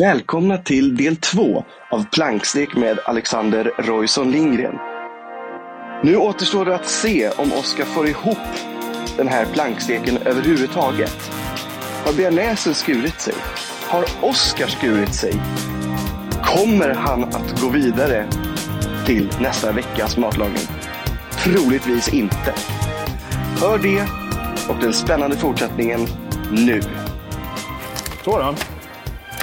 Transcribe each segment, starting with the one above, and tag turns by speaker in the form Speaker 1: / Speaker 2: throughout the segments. Speaker 1: Välkomna till del två av Plankstek med Alexander Roysson Lindgren. Nu återstår det att se om Oskar får ihop den här planksteken överhuvudtaget. Har bearnaisen skurit sig? Har Oskar skurit sig? Kommer han att gå vidare till nästa veckas matlagning? Troligtvis inte. Hör det och den spännande fortsättningen nu.
Speaker 2: Så då.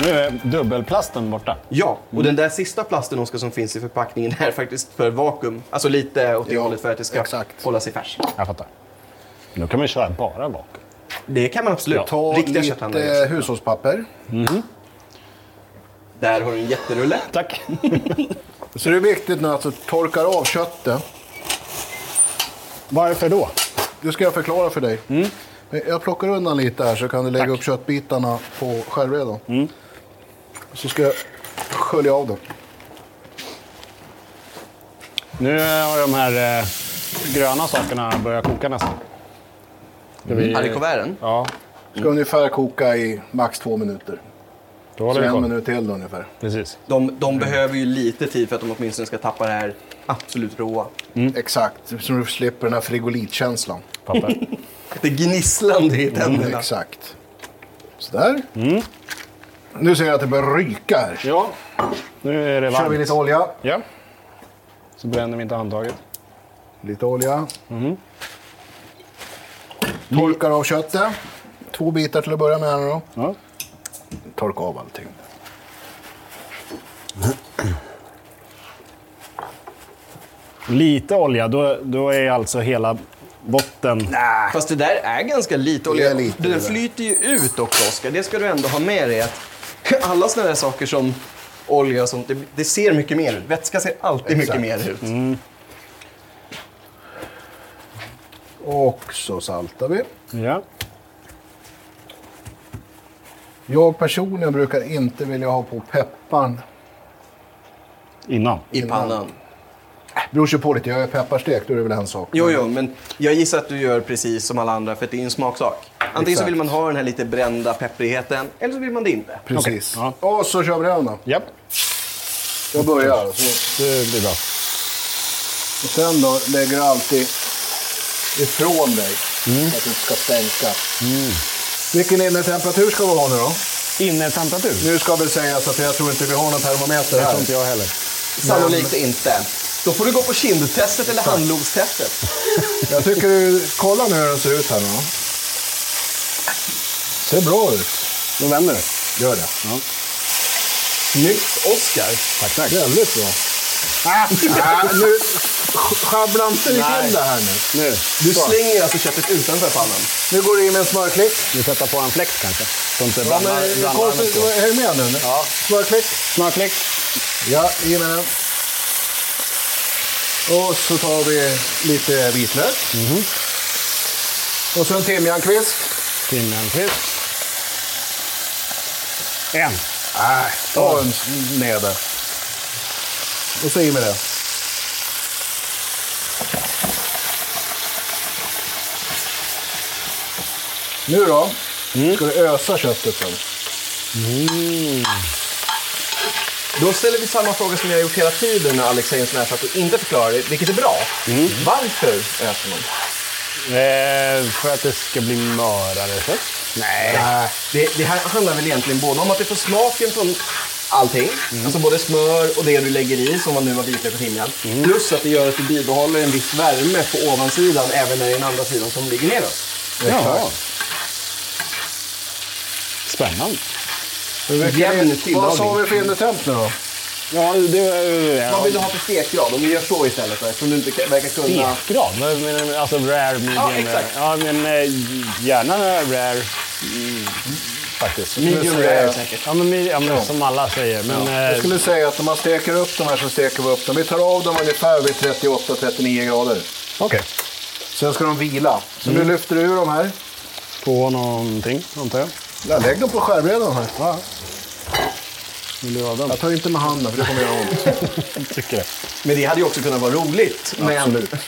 Speaker 2: Nu är dubbelplasten borta.
Speaker 3: Ja, och den där sista plasten Oskar, som finns i förpackningen är faktiskt för vakuum. Alltså lite åt det
Speaker 4: Ja,
Speaker 3: hållet för att det ska
Speaker 4: exakt.
Speaker 3: hålla sig färskt.
Speaker 2: Jag fattar. Nu kan man ju köra bara vakuum.
Speaker 3: Det kan man absolut.
Speaker 4: Ta
Speaker 3: Riktiga liksom. kötthandlare.
Speaker 4: lite eh,
Speaker 3: gör så.
Speaker 4: hushållspapper.
Speaker 3: Där har du en jätterulle.
Speaker 2: Tack.
Speaker 4: Så det är viktigt nu att du torkar av köttet.
Speaker 2: Varför då?
Speaker 4: Det ska jag förklara för dig. Men Jag plockar undan lite här så kan du lägga upp köttbitarna på skärbrädan. Så ska jag skölja av dem.
Speaker 2: Nu har de här eh, gröna sakerna börjat koka nästan. Ska vi-
Speaker 3: Här i kuverten.
Speaker 2: Ja,
Speaker 4: Ska ungefär koka i max två minuter.
Speaker 2: då
Speaker 4: Så
Speaker 2: håller
Speaker 4: en
Speaker 2: vi på.
Speaker 4: minut till ungefär.
Speaker 2: Precis.
Speaker 3: De, de behöver ju lite tid för att de åtminstone ska tappa det här absolut råa.
Speaker 4: Exakt, så du slipper den här frigolitkänslan. Mm.
Speaker 2: Papper.
Speaker 3: Det gnisslande i tänderna.
Speaker 4: Exakt. Sådär. Nu ser jag att det börjar ryka här.
Speaker 2: ja, nu är det
Speaker 4: Kör vi
Speaker 2: varmt.
Speaker 4: lite olja.
Speaker 2: Ja. Så bränner vi inte handtaget.
Speaker 4: Lite olja. Torkar av köttet. Två bitar till att börja med här nu då.
Speaker 2: Ja.
Speaker 4: Torka av allting.
Speaker 2: Lite olja, då, då är alltså hela botten...
Speaker 3: Ah, Fast det där är ganska lite
Speaker 4: Det
Speaker 3: olja.
Speaker 4: är lite
Speaker 3: Den
Speaker 4: det där.
Speaker 3: flyter ju ut också, Oskar. Det ska du ändå ha med dig. Att alla sådana där saker som olja och sånt, det, det ser mycket mer ut. Vätska ser alltid
Speaker 4: Exakt. Mm.
Speaker 3: mycket mer ut.
Speaker 4: Och så saltar vi.
Speaker 2: Ja.
Speaker 4: Jag personligen brukar inte vilja ha på pepparn.
Speaker 2: Innan.
Speaker 3: I pannan.
Speaker 4: Beror sig på lite. Jag är pepparstek, då är det väl en sak.
Speaker 3: Jo, jo, men jag gissar att du gör precis som alla andra för att det är en smaksak. Antingen så
Speaker 4: Exakt.
Speaker 3: vill man ha den här lite brända pepprigheten eller så vill man det inte.
Speaker 4: Precis.
Speaker 2: Okej,
Speaker 4: Och så kör vi den då.
Speaker 2: Japp,
Speaker 4: Jag börjar. Så.
Speaker 2: det blir bra.
Speaker 4: Och sen då lägger du alltid ifrån dig. Så att det inte ska stänka. Vilken innetemperatur ska vi ha nu då?
Speaker 2: Innertemperatur.
Speaker 4: Nu ska väl sägas att jag tror inte vi har någon termometer
Speaker 2: Det
Speaker 4: här.
Speaker 2: tror inte jag heller.
Speaker 3: Sannolikt inte. Då får du gå på kindtestet eller handlovstestet.
Speaker 4: Jag tycker du, kolla nu hur den ser ut här nu. Ser bra ut.
Speaker 2: Då vänder du.
Speaker 4: Gör det.
Speaker 3: Snyggt, Oskar.
Speaker 2: Tack, tack.
Speaker 4: Väldigt bra. Ah, nu, sch- schabbla inte
Speaker 3: Nej.
Speaker 4: igen det här nu.
Speaker 2: Nu.
Speaker 3: Du slänger alltså köttet utanför pannan.
Speaker 4: Nu går det i med en smörklick.
Speaker 2: Du sätter på en fläkt kanske. Så inte
Speaker 4: Ja,
Speaker 2: brandar-
Speaker 4: men,
Speaker 2: brandarmen
Speaker 4: konstigt,
Speaker 2: står.
Speaker 4: häng med nu.
Speaker 2: Ja.
Speaker 4: Smörklick.
Speaker 2: Smörklick.
Speaker 4: Ja, i med den. Och så tar vi lite vitlök. Och så en timjankvist.
Speaker 2: Timjankvist. En.
Speaker 4: Nej, ta en neder. Och så i med det. Nu då?
Speaker 2: Mm.
Speaker 4: Ska du ösa köttet sen?
Speaker 3: Då ställer vi samma fråga som jag har gjort hela tiden när Alex säger en sån här sak och inte förklarar det, vilket är bra. Varför äter man?
Speaker 2: Eh, för att det ska bli mörare kött. Nej.
Speaker 4: Nej.
Speaker 3: Det, det här handlar väl egentligen både om att du får smaken från allting, alltså både smör och det du lägger i, som var nu var vitlök och timjan, plus att det gör att du bibehåller en viss värme på ovansidan även när det är den andra sidan som ligger neråt.
Speaker 2: Ja. Spännande.
Speaker 3: Jämn tillagning.
Speaker 4: Vad sa vi för innetemp nu då?
Speaker 2: Ja, det... Ja.
Speaker 3: Vad vill du ha för stekgrad? Om vi gör så istället, då, eftersom du inte kan- verkar kunna...
Speaker 2: Stekgrad? Vad menar du? Alltså rare, medium... rare.
Speaker 3: exakt.
Speaker 2: Ja, men eh, gärna rare. Mm, faktiskt.
Speaker 3: Medium rare säkert.
Speaker 2: Ja, men, mi- ja, men som alla säger. Men,
Speaker 4: Jag
Speaker 2: eh,
Speaker 4: skulle säga att när man steker upp de här så steker vi upp dem. Vi tar av dem ungefär vid 38-39 grader.
Speaker 2: Okej.
Speaker 4: Sen ska de vila. Så
Speaker 2: Mm.
Speaker 4: nu lyfter du ur dem här.
Speaker 2: På någonting, antar jag.
Speaker 4: Ja, Lägg dem på skärbrädan här.
Speaker 2: Vill du ha den?
Speaker 4: Jag tar inte med handen för det kommer göra ont.
Speaker 2: Jag tycker det.
Speaker 3: Men det hade ju också kunnat vara roligt. Men,
Speaker 4: Absolut.
Speaker 3: men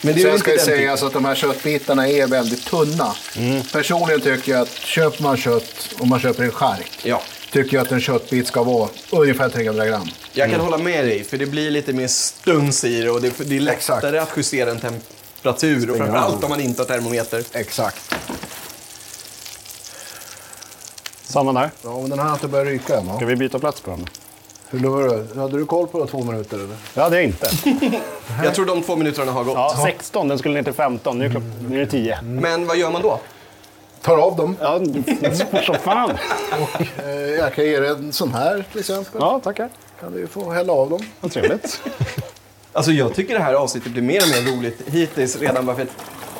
Speaker 3: det är ju
Speaker 4: Sen
Speaker 3: inte
Speaker 4: ska det
Speaker 3: den Mm.
Speaker 4: sägas att de här köttbitarna är väldigt tunna. Personligen tycker jag att köper man kött och man köper en chark,
Speaker 3: Ja.
Speaker 4: tycker jag att en köttbit ska vara ungefär 300 gram.
Speaker 5: Jag
Speaker 2: Mm.
Speaker 5: kan hålla med dig, för det blir lite mer stuns i det och det, det är
Speaker 4: Exakt.
Speaker 5: lättare att justera en temperatur. Och framförallt om man inte har termometer.
Speaker 4: Exakt.
Speaker 2: Samma där.
Speaker 4: Ja, men den här har inte börjat ryka än va?
Speaker 2: Ska vi byta plats på dem?
Speaker 4: Hur var det? Hade du koll på det två minuter eller?
Speaker 2: Det hade jag inte.
Speaker 5: Jag tror de två minuterna har gått.
Speaker 2: Ja, 16, den skulle ner till 15. Nu är, klock... nu är det 10.
Speaker 5: Men vad gör man då?
Speaker 4: Tar av dem.
Speaker 2: Ja, det är fort som fan.
Speaker 4: Eh, jag kan ge dig en sån här till exempel.
Speaker 2: Ja, tackar.
Speaker 4: Kan du ju få hälla av dem.
Speaker 2: Vad trevligt.
Speaker 5: Alltså jag tycker det här avsnittet blir mer och mer roligt hittills redan bara för att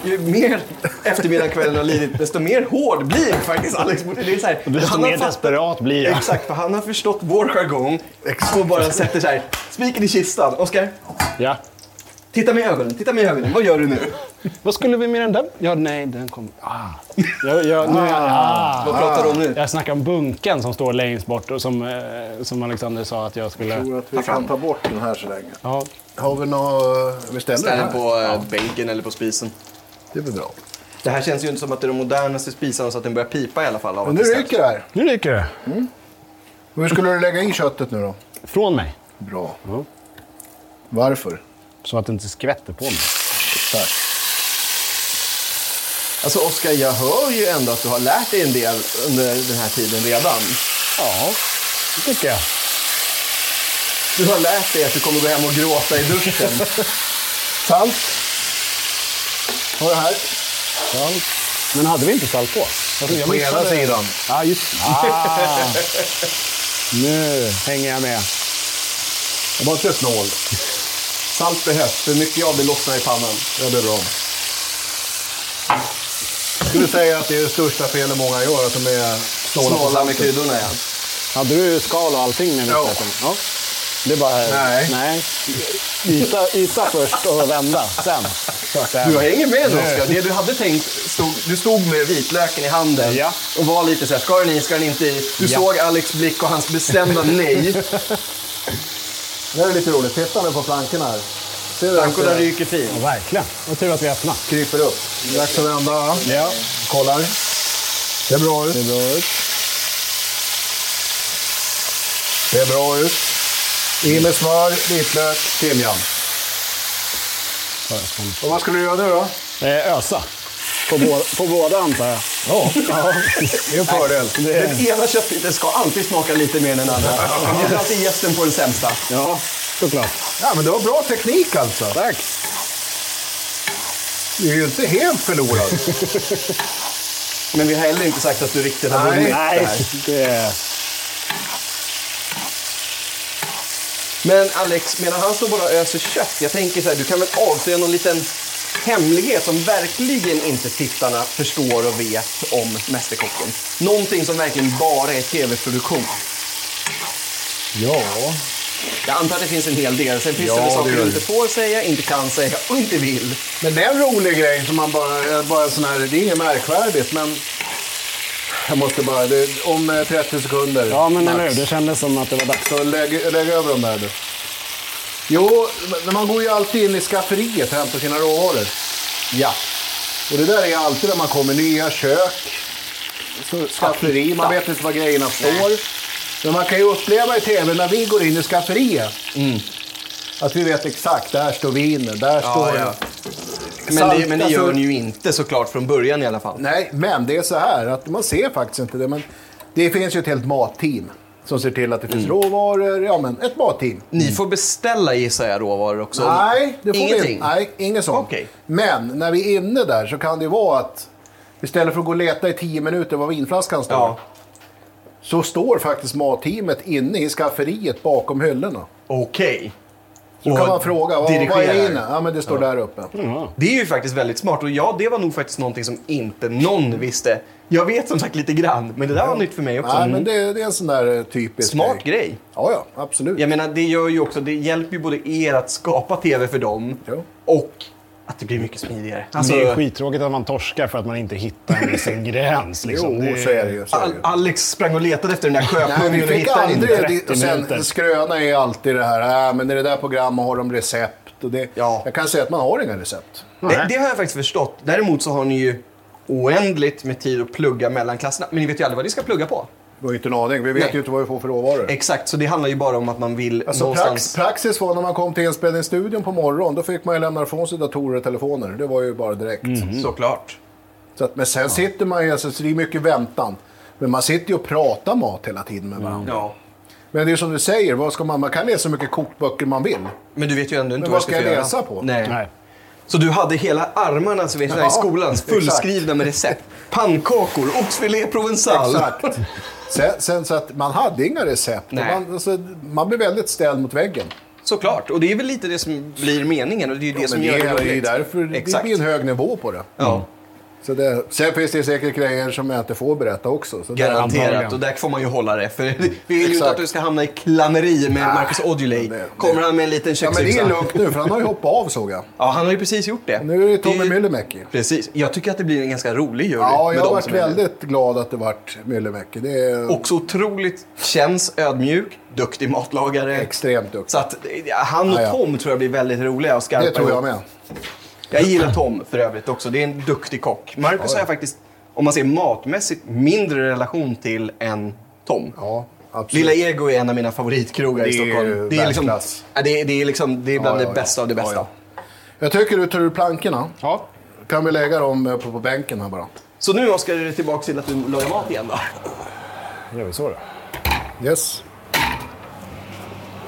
Speaker 5: ju mer eftermiddag kvällen har lidit desto mer hård blir faktiskt Alex mot det är så här,
Speaker 2: Desto mer
Speaker 5: fattat-
Speaker 2: desperat blir jag.
Speaker 5: Exakt, för han har förstått vår jargong och bara sätter så här spiken i kistan. Oskar,
Speaker 2: Ja.
Speaker 5: titta mig i ögonen, titta mig i ögonen. Vad gör du nu?
Speaker 2: Vad skulle vi med den där? Ja, nej, den kom... Ah. Jag, jag, nu är jag, ah.
Speaker 5: Vad pratar du om nu?
Speaker 2: jag snackar om bunken som står längst bort och som, eh, som Alexander sa att jag
Speaker 4: Jag
Speaker 2: skulle...
Speaker 4: tror att vi kan ta bort den här så länge.
Speaker 2: Ja,
Speaker 4: Har vi något... Vi ställer den
Speaker 5: Ställ den
Speaker 4: här.
Speaker 5: på eh, bänken eller på spisen.
Speaker 4: Det blir bra.
Speaker 5: Det här känns ju inte som att det är de modernaste spisarna så att den börjar pipa i alla fall. Av
Speaker 4: Men nu
Speaker 5: att det ställs.
Speaker 4: ryker det här.
Speaker 2: nu ryker det.
Speaker 4: Hur skulle du lägga i köttet nu då?
Speaker 2: Från mig.
Speaker 4: Bra.
Speaker 3: Mm.
Speaker 2: Ja.
Speaker 4: Varför?
Speaker 2: Så att det inte skvätter på mig.
Speaker 4: Exakt.
Speaker 5: Alltså Oskar, jag hör ju ändå att du har lärt dig en del under den här tiden redan.
Speaker 2: Ja, det tycker jag.
Speaker 5: Du har lärt dig att du kommer gå hem och gråta i duschen.
Speaker 4: Salt. Har det här.
Speaker 2: Salt. Men hade vi inte salt på? Jag tror jag
Speaker 4: På ena
Speaker 2: missade-
Speaker 4: sidan.
Speaker 2: Ja, just ah. Nu hänger jag med.
Speaker 4: Var inte snål.
Speaker 5: Salt behövs, för mycket av det lossnar i pannan.
Speaker 4: Ja, det är bra. Jag skulle säga att det är det största felet många gör, att de är snåla. på
Speaker 5: Snåla med
Speaker 4: saltet.
Speaker 5: kryddorna ja.
Speaker 2: Hade du skal och allting med
Speaker 4: Ja.
Speaker 2: mixen? Ja. Det är bara...
Speaker 4: Nej.
Speaker 2: Nej. Isa, isa först och vända sen. sen.
Speaker 5: Du hänger med nu Oskar. Det du hade tänkt, stod, du stod med vitlöken i handen
Speaker 2: Ja.
Speaker 5: och var lite så här, ska den i, ska den inte i? Du
Speaker 2: Ja.
Speaker 5: såg Alex blick och hans bestämda nej.
Speaker 4: Det här är lite roligt. Titta nu på flanken här. Ser du att
Speaker 5: Ankorna
Speaker 4: det
Speaker 5: ryker
Speaker 2: Ja,
Speaker 5: fin.
Speaker 2: verkligen. Vad tur att vi öppnade.
Speaker 4: kryper upp? Dags att vända. va?
Speaker 2: Ja.
Speaker 4: Kollar. Ser bra ut.
Speaker 2: Det är bra ut.
Speaker 4: Ser bra ut. I med smör, vitlök, timjan. Och vad skulle du göra nu då?
Speaker 2: Eh, ösa. På, bå- på båda antar jag.
Speaker 4: Ja, det är en fördel.
Speaker 2: Det,
Speaker 5: Den ena köttbiten ska alltid smaka lite mer än den andra. Det är alltid gästen på den sämsta.
Speaker 2: ja, såklart.
Speaker 4: Ja, men det var bra teknik alltså.
Speaker 2: Tack.
Speaker 4: Du är ju inte helt förlorad.
Speaker 5: Men vi har heller inte sagt att du riktigt har
Speaker 4: Nej.
Speaker 5: vunnit det
Speaker 2: Nej,
Speaker 5: här.
Speaker 2: det...
Speaker 5: Men Alex, medan han står bara och öser kött, jag tänker så här, du kan väl avslöja någon liten hemlighet som verkligen inte tittarna förstår och vet om Mästerkocken? Någonting som verkligen bara är tv-produktion.
Speaker 4: ja.
Speaker 5: Jag antar att det finns en hel del. Sen finns
Speaker 4: Ja,
Speaker 5: det väl saker
Speaker 4: det gör
Speaker 5: du
Speaker 4: det.
Speaker 5: inte får säga, inte kan säga och inte vill.
Speaker 4: Men det är en rolig grej som man bara, eh, bara en sån här, det är inget märkvärdigt men jag måste bara, det, om eh, 30 sekunder.
Speaker 2: Ja, men
Speaker 4: max.
Speaker 2: eller hur? Det kändes som att det var dags.
Speaker 4: Så lägg, lägg över dem där du. Jo, men man går ju alltid in i skafferiet och hämtar sina råvaror.
Speaker 5: Ja.
Speaker 4: Och det där är alltid när man kommer nya kök, så- skafferi, man vet inte vad grejerna står. Men man kan ju uppleva i tv när vi går in i skafferiet. Att vi vet exakt, där står viner, där står...
Speaker 5: Mm. ja. Men det, men det
Speaker 4: Alltså-
Speaker 5: gör den ju inte såklart från början i alla fall.
Speaker 4: Nej, men det är så här att man ser faktiskt inte det. Men det finns ju ett helt matteam som ser till att det
Speaker 5: Mm.
Speaker 4: finns råvaror. Ja, men ett matteam.
Speaker 5: Ni får beställa gissar jag råvaror också.
Speaker 4: Mm. Nej, det får vi
Speaker 5: Ingenting.
Speaker 4: inte. Nej, inget sånt.
Speaker 5: Okej.
Speaker 4: Men när vi är inne där så kan det ju vara att istället för att gå och leta i tio minuter var vinflaskan står.
Speaker 5: Ja.
Speaker 4: Så står faktiskt matteamet inne i skafferiet bakom hyllorna.
Speaker 5: Okej.
Speaker 4: Så
Speaker 5: Och
Speaker 4: kan man fråga, vad, vad är det
Speaker 5: dirigerar. Mm,
Speaker 4: inne? Ja, men det står där uppe.
Speaker 2: Ja.
Speaker 5: Det är ju faktiskt väldigt smart och ja, det var nog faktiskt någonting som inte någon visste. Jag vet som sagt lite grann, men det där var nytt för mig också. Mm.
Speaker 4: Nej, men det, det är en sån där eh, typisk
Speaker 5: Smart grej.
Speaker 4: Ja, ja, absolut.
Speaker 5: Jag menar, det gör ju också, det hjälper ju både er att skapa TV för dem
Speaker 4: Jo.
Speaker 5: och att det blir mycket smidigare. Alltså,
Speaker 4: Alltså-
Speaker 2: det är skittråkigt att man torskar för att man inte hittar sin gräns. Liksom.
Speaker 4: Jo, så är det ju. Så är det
Speaker 5: Al-
Speaker 4: ju.
Speaker 5: Alex sprang och letade efter den där
Speaker 4: Nej,
Speaker 5: sjöpungen
Speaker 4: vi
Speaker 5: och
Speaker 4: fick
Speaker 5: hittade den inte.
Speaker 4: aldrig... det- Och sen,
Speaker 2: minuter.
Speaker 4: en skröna är alltid det här, äh, men i det där programmet har de recept. Och det,
Speaker 5: Ja.
Speaker 4: Jag kan säga att man har inga recept.
Speaker 5: Det, det har jag faktiskt förstått. Däremot så har ni ju oändligt med tid att plugga mellan klasserna. Men ni vet ju aldrig vad ni ska plugga på.
Speaker 4: Vi har ju inte en aning. Vi vet
Speaker 5: Nej.
Speaker 4: ju inte vad vi får för råvaror.
Speaker 5: Exakt, så det handlar ju bara om att man vill
Speaker 4: Alltså prax,
Speaker 5: någonstans...
Speaker 4: praxis var när man kom till inspelningsstudion på morgonen, då fick man ju lämna ifrån sig datorer och telefoner. Det var ju bara direkt.
Speaker 5: Mm. Såklart.
Speaker 4: Så att, men sen sitter man ju, alltså, så det är mycket väntan. Men man sitter ju och pratar mat hela tiden med varandra.
Speaker 5: Ja.
Speaker 4: Men det är som du säger, vad ska man, man kan läsa hur mycket kokböcker man vill.
Speaker 5: Men du vet ju ändå inte
Speaker 4: Men
Speaker 5: vad
Speaker 4: vad ska
Speaker 5: du få
Speaker 4: jag
Speaker 5: göra.
Speaker 4: läsa på?
Speaker 5: Nej.
Speaker 2: Nej.
Speaker 5: Så du hade hela armarna så vet jag, i
Speaker 4: Ja,
Speaker 5: skolan
Speaker 4: exakt.
Speaker 5: fullskrivna med recept. Pannkakor, oxfilé provençal.
Speaker 4: Exakt. Sen, sen så att man hade inga recept. Och
Speaker 5: Nej.
Speaker 4: Man, alltså, man blev väldigt ställd mot väggen.
Speaker 5: Såklart, och det är väl lite det som blir meningen och det är ju det
Speaker 4: Ja,
Speaker 5: som
Speaker 4: men
Speaker 5: gör
Speaker 4: det
Speaker 5: det
Speaker 4: är ju
Speaker 5: roligt.
Speaker 4: därför
Speaker 5: Exakt.
Speaker 4: det blir en hög nivå på det.
Speaker 5: Ja,
Speaker 4: Så det. Sen finns det säkert grejer som jag inte får berätta också. Så det,
Speaker 5: garanterat.
Speaker 2: antagligen.
Speaker 5: Och där får man ju hålla det. För vi vill ju inte
Speaker 4: Exakt. Ah,
Speaker 5: att du ska hamna i klammeri med Marcus Aujalay.
Speaker 4: det- det-
Speaker 5: Kommer han med en liten
Speaker 4: ja, men det
Speaker 5: köksyxa?
Speaker 4: är lugnt nu, för han har ju hoppat av såg jag.
Speaker 5: Ja, han har ju precis gjort det.
Speaker 4: Nu är det Tommy
Speaker 5: ju-
Speaker 4: Myllymäki.
Speaker 5: Precis. Jag tycker att det blir en ganska rolig
Speaker 4: Ja,
Speaker 5: jury. med
Speaker 4: jag har
Speaker 5: dem
Speaker 4: varit
Speaker 5: som är med.
Speaker 4: väldigt glad att det vart Myllymäki. Det är
Speaker 5: Också otroligt känns ödmjuk, duktig matlagare.
Speaker 4: extremt duktigt.
Speaker 5: Så att eh, han och
Speaker 4: Ja, ja.
Speaker 5: Tom tror jag blir väldigt roliga och skarpa.
Speaker 4: Det tror jag
Speaker 5: ihop.
Speaker 4: med.
Speaker 5: Jag gillar Tom för övrigt också. Det är en duktig kock. Marcus har jag faktiskt, om man ser matmässigt, mindre relation till än Tom.
Speaker 4: Ja, absolut.
Speaker 5: Lilla Ego är en av mina favoritkrogar i
Speaker 4: Det är
Speaker 5: Stockholm.
Speaker 4: ju
Speaker 5: Det är, liksom,
Speaker 4: världsklass.
Speaker 5: ja, det, är, det, är liksom, det är bland
Speaker 4: Ja, ja,
Speaker 5: det bästa
Speaker 4: ja.
Speaker 5: av det bästa.
Speaker 4: Ja, Jag tycker du tar ur plankorna.
Speaker 2: Ja.
Speaker 4: Kan vi lägga dem eh, på, på bänken här bara?
Speaker 5: Så nu Oskar, är det tillbaka till att du lagar mat igen då.
Speaker 2: Gör vi så då?
Speaker 4: Yes.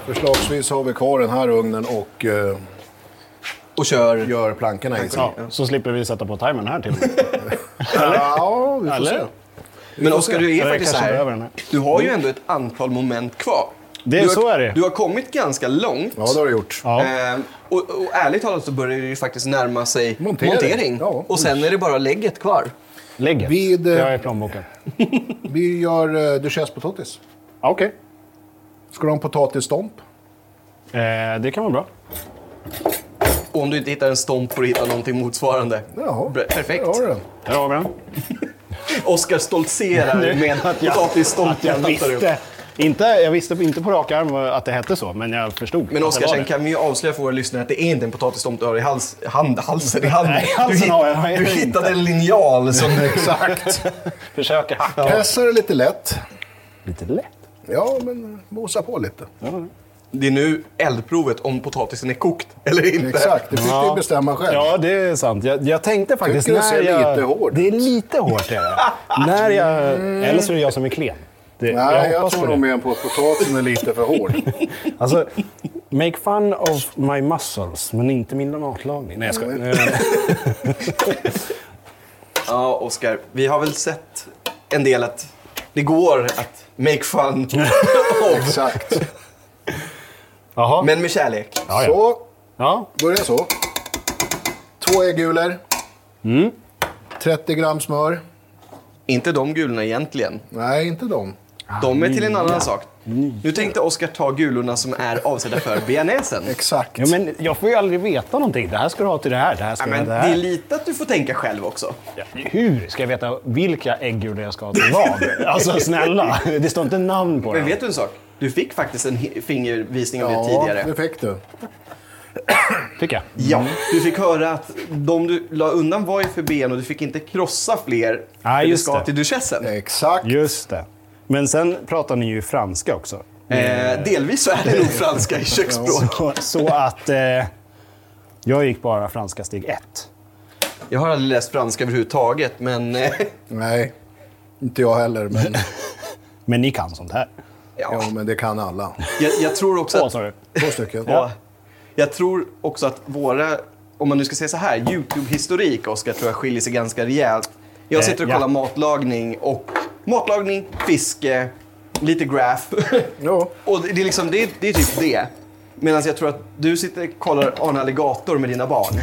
Speaker 4: Förslagsvis har vi kvar den här ugnen och eh,
Speaker 5: Och kör...
Speaker 4: gör plankorna i sig.
Speaker 2: Ja, så slipper vi sätta på timern här till och med.
Speaker 4: Ja, vi får
Speaker 2: Eller?
Speaker 4: se.
Speaker 5: Men Oskar, du är
Speaker 2: Eller
Speaker 5: faktiskt så
Speaker 2: kanske behöver
Speaker 5: här.
Speaker 2: den här.
Speaker 5: Du har ju ändå ett antal moment kvar.
Speaker 2: Det är-
Speaker 5: du har,
Speaker 2: så är det.
Speaker 5: Du har kommit ganska långt.
Speaker 4: Ja, det har du gjort.
Speaker 2: Ja.
Speaker 5: Ehm, och, och ärligt talat så börjar det ju faktiskt närma sig montering.
Speaker 4: Montering. Ja,
Speaker 5: och sen är det bara lägget kvar.
Speaker 2: Lägget.
Speaker 4: Vid, eh,
Speaker 2: Jag är plånboken.
Speaker 4: Vi gör eh, duchesspotatis.
Speaker 2: Ja, Okej.
Speaker 4: Ska du ha en potatisstomp?
Speaker 2: Eh, det kan vara bra.
Speaker 5: Och om du inte hittar en stomp får du hitta någonting motsvarande.
Speaker 4: Jaha.
Speaker 5: Bra- Perfekt.
Speaker 4: Där har du den.
Speaker 2: Där har vi den.
Speaker 5: Oskar stoltserar med
Speaker 2: Att jag
Speaker 5: potatisstompen. han tar upp.
Speaker 2: visste. Inte, jag visste inte på rak arm att det hette så, men jag förstod.
Speaker 5: Men
Speaker 2: att det
Speaker 5: Oskar,
Speaker 2: var
Speaker 5: sen
Speaker 2: det.
Speaker 5: kan vi ju avslöja för våra lyssnare att det är inte en potatisstomp du har i hals, hand, halsen. I handen.
Speaker 2: Nej, halsen
Speaker 5: du, hitt-
Speaker 2: har jag
Speaker 5: du
Speaker 2: inte.
Speaker 5: hittade en linjal som... Exakt.
Speaker 2: Försöker hacka.
Speaker 4: Pressa det lite lätt.
Speaker 2: Lite lätt.
Speaker 4: Ja, men mosa på lite.
Speaker 5: Det är nu eldprovet om potatisen är kokt eller inte.
Speaker 4: Exakt, det fick du bestämma själv.
Speaker 2: Ja, det är sant. Jag, jag tänkte faktiskt...
Speaker 4: Tycker du ser
Speaker 2: jag,
Speaker 4: lite hårt. Mm.
Speaker 2: Det är lite hårt. Är det. när jag, eller så är det jag som är klen. Det,
Speaker 4: Nej, jag,
Speaker 2: hoppas på
Speaker 4: tror
Speaker 2: det.
Speaker 4: nog mer på att potatisen är lite för hård.
Speaker 2: Alltså, make fun of my muscles, men inte min matlagning. Nej, jag
Speaker 4: Mm.
Speaker 2: skojar. Eh,
Speaker 5: Ja, Oskar. Vi har väl sett en del att det går att make fun of.
Speaker 4: Exakt.
Speaker 2: Jaha.
Speaker 5: Men med kärlek.
Speaker 2: ja, ja.
Speaker 4: Så,
Speaker 2: Ja.
Speaker 4: börja så. Två äggulor.
Speaker 2: Mm.
Speaker 4: 30 gram smör.
Speaker 5: Inte de gulorna egentligen.
Speaker 4: Nej, inte dem.
Speaker 5: De är till en annan sak. Nu tänkte Oskar ta gulorna som är avsedda för bearnaisen.
Speaker 4: Exakt.
Speaker 2: Ja, men jag får ju aldrig veta någonting. Det här ska du ha till det här. Det här ska
Speaker 5: Ja,
Speaker 2: du ha
Speaker 5: men
Speaker 2: till
Speaker 5: det
Speaker 2: det
Speaker 5: är
Speaker 2: här.
Speaker 5: lite att du får tänka själv också.
Speaker 2: Ja, Hur ska jag veta vilka äggulor jag ska ha till vad? Alltså snälla, det står inte namn på
Speaker 5: Men
Speaker 2: dem.
Speaker 5: vet du en sak? Du fick faktiskt en hi- fingervisning av det
Speaker 4: Ja, Mm.
Speaker 5: tidigare.
Speaker 4: det fick du.
Speaker 2: Tycker jag.
Speaker 5: Ja, du fick höra att de du la undan var ju för ben och du fick inte krossa fler
Speaker 2: Nej,
Speaker 5: för du
Speaker 2: just
Speaker 5: ska
Speaker 2: det.
Speaker 5: till duchessen.
Speaker 4: Exakt.
Speaker 2: Just det. Men sen pratar ni ju franska också.
Speaker 5: Eh, delvis så är det nog franska i köksspråk.
Speaker 2: Så, så att eh, jag gick bara franska steg ett.
Speaker 5: Jag har aldrig läst franska överhuvudtaget, men... eh,
Speaker 4: Nej, inte jag heller. Men,
Speaker 2: Men ni kan sånt här.
Speaker 5: Ja,
Speaker 4: ja, men det kan alla.
Speaker 5: jag, jag tror också
Speaker 2: Åh,
Speaker 5: att...
Speaker 2: sorry.
Speaker 4: Två stycken.
Speaker 5: Ja. Jag tror också att våra, om man nu ska säga så här, YouTube-historik, Oskar, tror jag skiljer sig ganska rejält. Jag
Speaker 2: Eh,
Speaker 5: sitter och
Speaker 2: ja.
Speaker 5: kollar matlagning och matlagning, fiske, lite graph.
Speaker 4: Ja.
Speaker 5: och det, det är liksom, det, det är typ det. Medan jag tror att du sitter och kollar Arne Alligator med dina barn.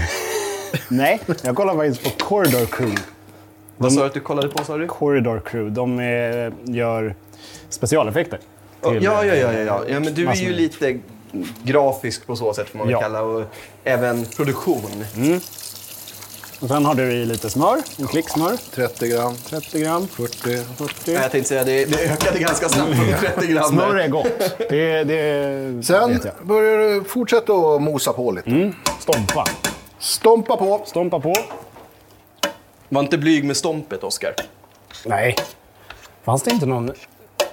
Speaker 2: Nej, jag kollar faktiskt på Corridor Crew.
Speaker 5: Vad sa du att du kollade på, sa du?
Speaker 2: Corridor Crew, de eh, gör specialeffekter.
Speaker 5: Ja,
Speaker 2: till-
Speaker 5: ja, ja, ja, ja. ja men du är
Speaker 2: massor
Speaker 5: ju
Speaker 2: med-
Speaker 5: lite grafisk på så sätt, får man väl
Speaker 2: Ja.
Speaker 5: kalla och även produktion.
Speaker 2: Och sen har du i lite smör, en klick smör.
Speaker 4: 30 gram,
Speaker 2: 30 gram,
Speaker 4: 40.
Speaker 2: 40.
Speaker 5: Ja, Jag tänkte säga, det, det ökade ganska snabbt från 30 gram.
Speaker 2: Smör är gott. Det, det
Speaker 4: Sen
Speaker 2: vet jag.
Speaker 4: börjar du fortsätta att mosa på lite.
Speaker 2: Mm. Stompa.
Speaker 4: Stompa på.
Speaker 2: Stompa på.
Speaker 5: Var inte blyg med stompet, Oskar.
Speaker 2: Nej. Fanns det inte någon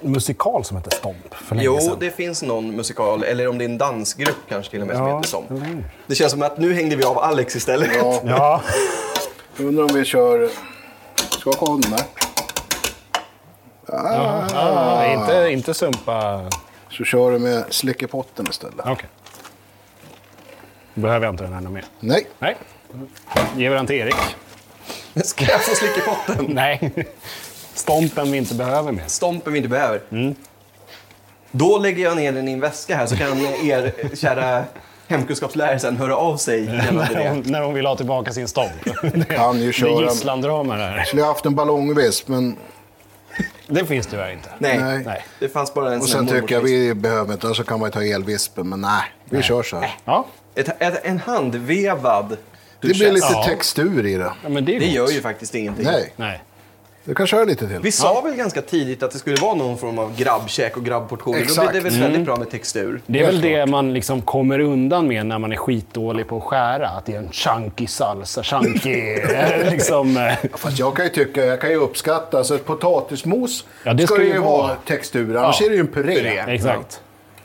Speaker 6: musikal som heter Stomp för länge
Speaker 5: Jo,
Speaker 6: sedan?
Speaker 5: det finns någon musikal, eller om det är en dansgrupp kanske till och med som
Speaker 6: Ja,
Speaker 5: heter Stomp.
Speaker 6: eller hur?
Speaker 5: Det känns som att nu hängde vi av Alex istället.
Speaker 4: Ja,
Speaker 6: Ja,
Speaker 4: jag undrar om vi kör... Skaka av den där.
Speaker 2: Ah, inte, inte sumpa...
Speaker 4: Så kör du med släckepotten istället.
Speaker 2: Okej. Behöver jag inte den här någon mer?
Speaker 4: Nej.
Speaker 2: Nej. Ger vi den till Erik?
Speaker 5: Ska jag få slicka i potten?
Speaker 2: Nej. Stompen vi inte behöver mer.
Speaker 5: Stompen vi inte behöver. Då lägger jag ner den i en väska här så kan er eh, kära hemkunskapslärare sen höra av sig gällande
Speaker 2: När hon,
Speaker 5: det.
Speaker 2: när hon vill ha tillbaka sin stomp.
Speaker 4: Kan ju
Speaker 2: Det är
Speaker 4: köra.
Speaker 2: gisslandramer det här.
Speaker 4: Skulle jag haft en ballongvisp, men
Speaker 2: Det finns tyvärr inte.
Speaker 5: Nej,
Speaker 4: nej.
Speaker 2: Nej.
Speaker 5: det fanns bara en
Speaker 4: Och
Speaker 5: sån här
Speaker 4: sen tycker jag
Speaker 5: mormorskrift.
Speaker 4: vi behöver inte, så kan man ju ta elvispen, men nej. Vi kör så här.
Speaker 2: Ja,
Speaker 5: Ett, ett, en handvevad
Speaker 4: Det blir lite
Speaker 2: Ja.
Speaker 4: textur i det.
Speaker 2: ja, men det är
Speaker 5: Det
Speaker 2: gott.
Speaker 5: gör ju faktiskt ingenting.
Speaker 4: Nej,
Speaker 2: Nej.
Speaker 4: du kan köra lite till.
Speaker 5: Vi sa väl ganska tidigt att det skulle vara någon form av grabbkäk och grabbportioner. Då blir
Speaker 4: Exakt. Mm.
Speaker 5: det väl väldigt bra med textur.
Speaker 2: Det är väl det man liksom kommer undan med när man är skitdålig på att skära. Att det är en chunky salsa, chunky... liksom, eh,
Speaker 4: Fast jag kan ju tycka, jag kan ju uppskatta, alltså ett potatismos
Speaker 2: Ja, det
Speaker 4: ska,
Speaker 2: ska
Speaker 4: det
Speaker 2: ju
Speaker 4: ju
Speaker 2: vara.
Speaker 4: ha textur, annars
Speaker 2: Ja.
Speaker 4: är det ju en puré.
Speaker 2: eh, exakt.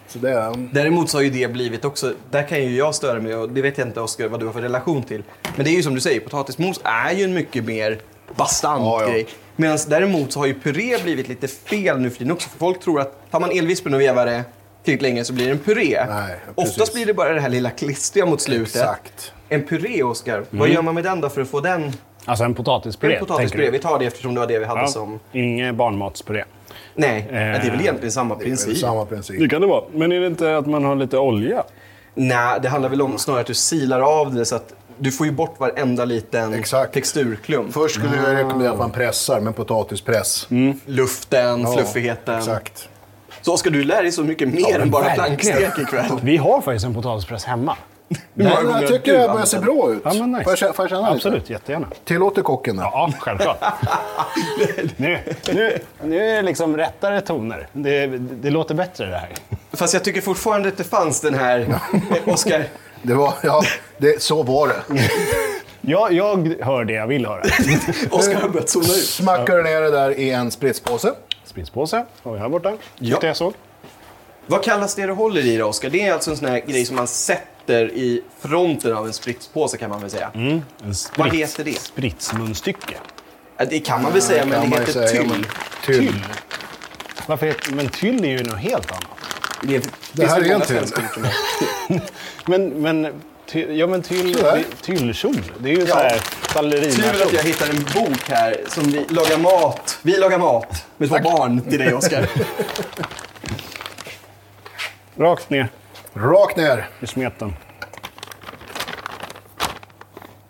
Speaker 4: Så det är,
Speaker 5: Däremot så har ju det blivit också, där kan ju jag störa mig och det vet jag inte Oskar vad du har för relation till. Men det är ju som du säger, potatismos är ju en mycket mer bastant
Speaker 4: Ja, ja.
Speaker 5: grej. Medan däremot så har ju puré blivit lite fel nu för tiden också. För folk tror att tar man elvispen och vevar det tillräckligt länge så blir det en puré.
Speaker 4: Nej, precis.
Speaker 5: Oftast blir det bara det här lilla klistriga mot slutet.
Speaker 4: Exakt.
Speaker 5: En puré, Oskar, vad gör man med den då för att få den?
Speaker 2: Alltså en potatispuré.
Speaker 5: En potatispuré,
Speaker 2: Mm. tänker du?
Speaker 5: vi tar det eftersom det var det vi hade
Speaker 2: Ja. Eh.
Speaker 5: som...
Speaker 2: Ingen barnmatspuré.
Speaker 5: Nej, ja, det är väl egentligen samma princip.
Speaker 4: samma princip.
Speaker 2: Det kan det vara. Men är det inte att man har lite olja?
Speaker 5: Nej, det handlar väl om snarare att du silar av det så att du får ju bort varenda liten
Speaker 4: Exakt.
Speaker 5: texturklump.
Speaker 4: Först skulle jag rekommendera att man pressar med potatispress.
Speaker 5: Luften,
Speaker 4: Ja,
Speaker 5: fluffigheten.
Speaker 4: Exakt.
Speaker 5: Så ska du lära dig så mycket mer än bara
Speaker 2: verkligen.
Speaker 5: plankstek ikväll.
Speaker 2: Vi har faktiskt en potatispress hemma.
Speaker 4: Nej,
Speaker 5: många
Speaker 4: men
Speaker 5: gånger
Speaker 4: jag tycker
Speaker 5: du
Speaker 4: det här börjar se
Speaker 5: använder
Speaker 4: bra ut.
Speaker 2: Ja, men
Speaker 4: Får jag
Speaker 2: nice.
Speaker 4: kä- får jag känna lite?
Speaker 2: Absolut, jättegärna.
Speaker 4: Tillåter kocken det?
Speaker 2: Ja, självklart. nu, nu, nu är det liksom rättare toner. Det, det låter bättre det här.
Speaker 5: Fast jag tycker fortfarande att det fanns den här... Eh, Oskar,
Speaker 4: Det var, ja, det, så var det.
Speaker 2: Jag, jag hör det jag vill höra.
Speaker 5: Oskar har börjat zona ut.
Speaker 4: Smackar du ner det där i en spritspåse.
Speaker 2: Spritspåse har vi här borta.
Speaker 5: Ja.
Speaker 2: Ja. jag såg.
Speaker 5: Vad kallas det du håller i då, Oskar? Det är alltså en sån här grej som man sätter i fronten av en spritspåse kan man väl säga.
Speaker 2: En
Speaker 5: Vad
Speaker 2: sprit,
Speaker 5: heter det?
Speaker 2: spritsmunstycke.
Speaker 5: Ja, Det kan man väl säga, men
Speaker 4: Kan
Speaker 5: det
Speaker 4: man ju
Speaker 5: heter
Speaker 4: säga,
Speaker 5: tyll.
Speaker 4: men- Tyll.
Speaker 2: Varför heter, men tyll är ju något helt annat.
Speaker 5: Det,
Speaker 4: Det
Speaker 5: finns
Speaker 4: här
Speaker 5: väl
Speaker 4: är en
Speaker 5: många
Speaker 4: tyll.
Speaker 5: svenska ord som-
Speaker 2: Men, men, ty, ja, men tyll,
Speaker 4: Sådär.
Speaker 2: det- tyllkjol. Det är ju så här
Speaker 5: Tur att jag
Speaker 2: ballerinakjol.
Speaker 5: hittade en bok här som vi lagar mat. Vi lagar mat med två barn till dig, Oskar.
Speaker 2: Rakt ner
Speaker 4: Rakt ner.
Speaker 2: i smeten.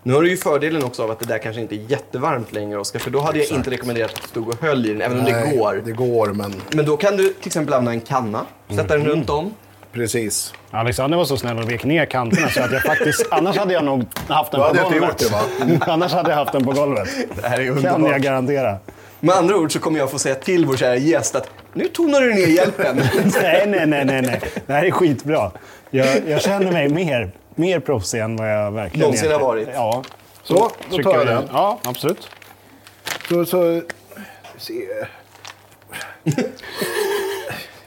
Speaker 5: Nu har du ju fördelen också av att det där kanske inte är jättevarmt längre, Oskar. För då hade jag inte rekommenderat att du stod och höll i den, även om det
Speaker 4: Nej,
Speaker 5: går.
Speaker 4: Det går, men
Speaker 5: Men då kan du till exempel använda en kanna, sätta
Speaker 4: Mhm.
Speaker 5: den runt om.
Speaker 4: precis.
Speaker 2: Alexander var så snäll och vek ner kanterna så att jag faktiskt... Annars hade jag nog haft den på
Speaker 4: Då hade jag inte
Speaker 2: golvet.
Speaker 4: gjort
Speaker 2: annars hade jag haft den på golvet.
Speaker 5: Det här är
Speaker 2: Kan jag
Speaker 5: underbart.
Speaker 2: garantera.
Speaker 5: Med andra ord så kommer jag få säga till vår kära gäst att nu tonar du ner hjälpen.
Speaker 2: Nej, nej, nej, nej, nej. Det här är skitbra. Jag, jag känner mig mer, mer proffsig än vad jag verkligen
Speaker 5: Någonsin har
Speaker 2: egentligen-
Speaker 5: varit.
Speaker 2: Ja.
Speaker 4: Så, då
Speaker 2: Trycker
Speaker 4: tar jag
Speaker 2: vi-
Speaker 4: den.
Speaker 2: Ja, absolut.
Speaker 4: Så, så, se.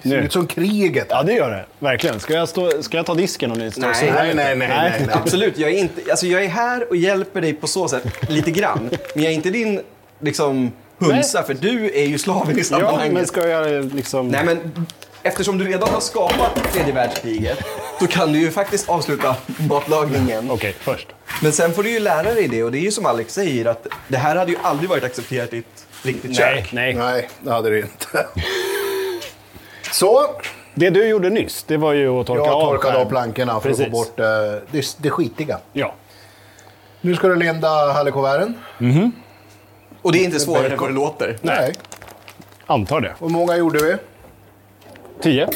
Speaker 4: Det ser
Speaker 2: Nu.
Speaker 4: ut som kriget.
Speaker 2: Ja, det gör det. Verkligen. Ska jag, stå, ska jag ta disken om ni står
Speaker 5: Nej.
Speaker 2: så här?
Speaker 4: Nej, nej, nej, nej, nej.
Speaker 5: Absolut, jag är, inte, alltså jag är här och hjälper dig på så sätt, lite grann. Men jag är inte din liksom, hunsa, för du är ju slaven i
Speaker 2: Ja,
Speaker 5: sammanhanget.
Speaker 2: men ska jag liksom...
Speaker 5: Nej men eftersom du redan har skapat tredje världskriget så kan du ju faktiskt avsluta matlagningen.
Speaker 2: Okej, först.
Speaker 5: Men sen får du ju lära dig det och det är ju som Alex säger att det här hade ju aldrig varit accepterat i ett riktigt
Speaker 2: Nej,
Speaker 5: kök.
Speaker 2: nej.
Speaker 4: Nej, det hade det inte. Så,
Speaker 2: Det du gjorde nyss, det var ju att torka
Speaker 4: jag torkade av
Speaker 2: skärmen.
Speaker 4: plankorna för att få
Speaker 2: Precis.
Speaker 4: bort eh, det, det skitiga.
Speaker 2: Ja.
Speaker 4: Nu ska du linda hallekuverten.
Speaker 5: Och det är inte svårare än vad det låter.
Speaker 4: Nej.
Speaker 2: Antar det.
Speaker 4: Hur många gjorde vi?
Speaker 2: Tio.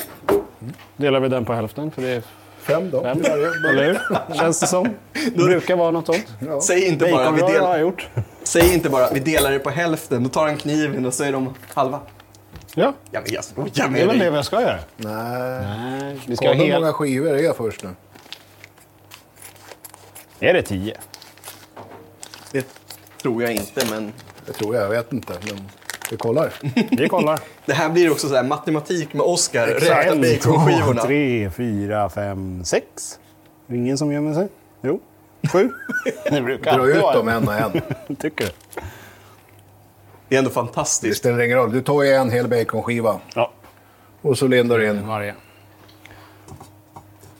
Speaker 2: Delar vi den på hälften, för det är
Speaker 4: Fem då.
Speaker 2: fem.
Speaker 4: Ja, det är-
Speaker 2: Eller hur? Känns det som. Det brukar vara något sånt.
Speaker 5: Säg inte, bara, vi
Speaker 2: Baconrör har jag
Speaker 5: del...
Speaker 2: gjort.
Speaker 5: Säg inte bara vi delar det på hälften, då tar han kniven och så är de halva.
Speaker 2: Ja,
Speaker 5: Ja men jag skojar
Speaker 2: det är
Speaker 5: med
Speaker 2: väl det
Speaker 5: dig.
Speaker 2: jag ska göra.
Speaker 4: Nej.
Speaker 2: Nej, vi ska
Speaker 4: Kolla
Speaker 2: ha
Speaker 4: hur många
Speaker 2: hel...
Speaker 4: skivor det är först nu.
Speaker 2: Är det tio?
Speaker 5: Det tror jag inte men
Speaker 4: Det tror jag, jag vet inte. Men Vi kollar.
Speaker 2: Vi kollar.
Speaker 5: Det här blir också så här matematik med Oscar. Räkna
Speaker 2: En, två,
Speaker 5: baconskivorna.
Speaker 2: tre, fyra, fem, sex. Det är ingen som gömmer sig. Jo. Sju. Det brukar
Speaker 4: Dra
Speaker 2: alltid
Speaker 4: ut
Speaker 2: vara
Speaker 4: dem en och en.
Speaker 2: Tycker du?
Speaker 5: Det är ändå
Speaker 4: Det
Speaker 5: fantastiskt.
Speaker 4: spelar ingen roll. Du tar ju en hel baconskiva
Speaker 2: Ja.
Speaker 4: och så lindar du in.
Speaker 2: Varje.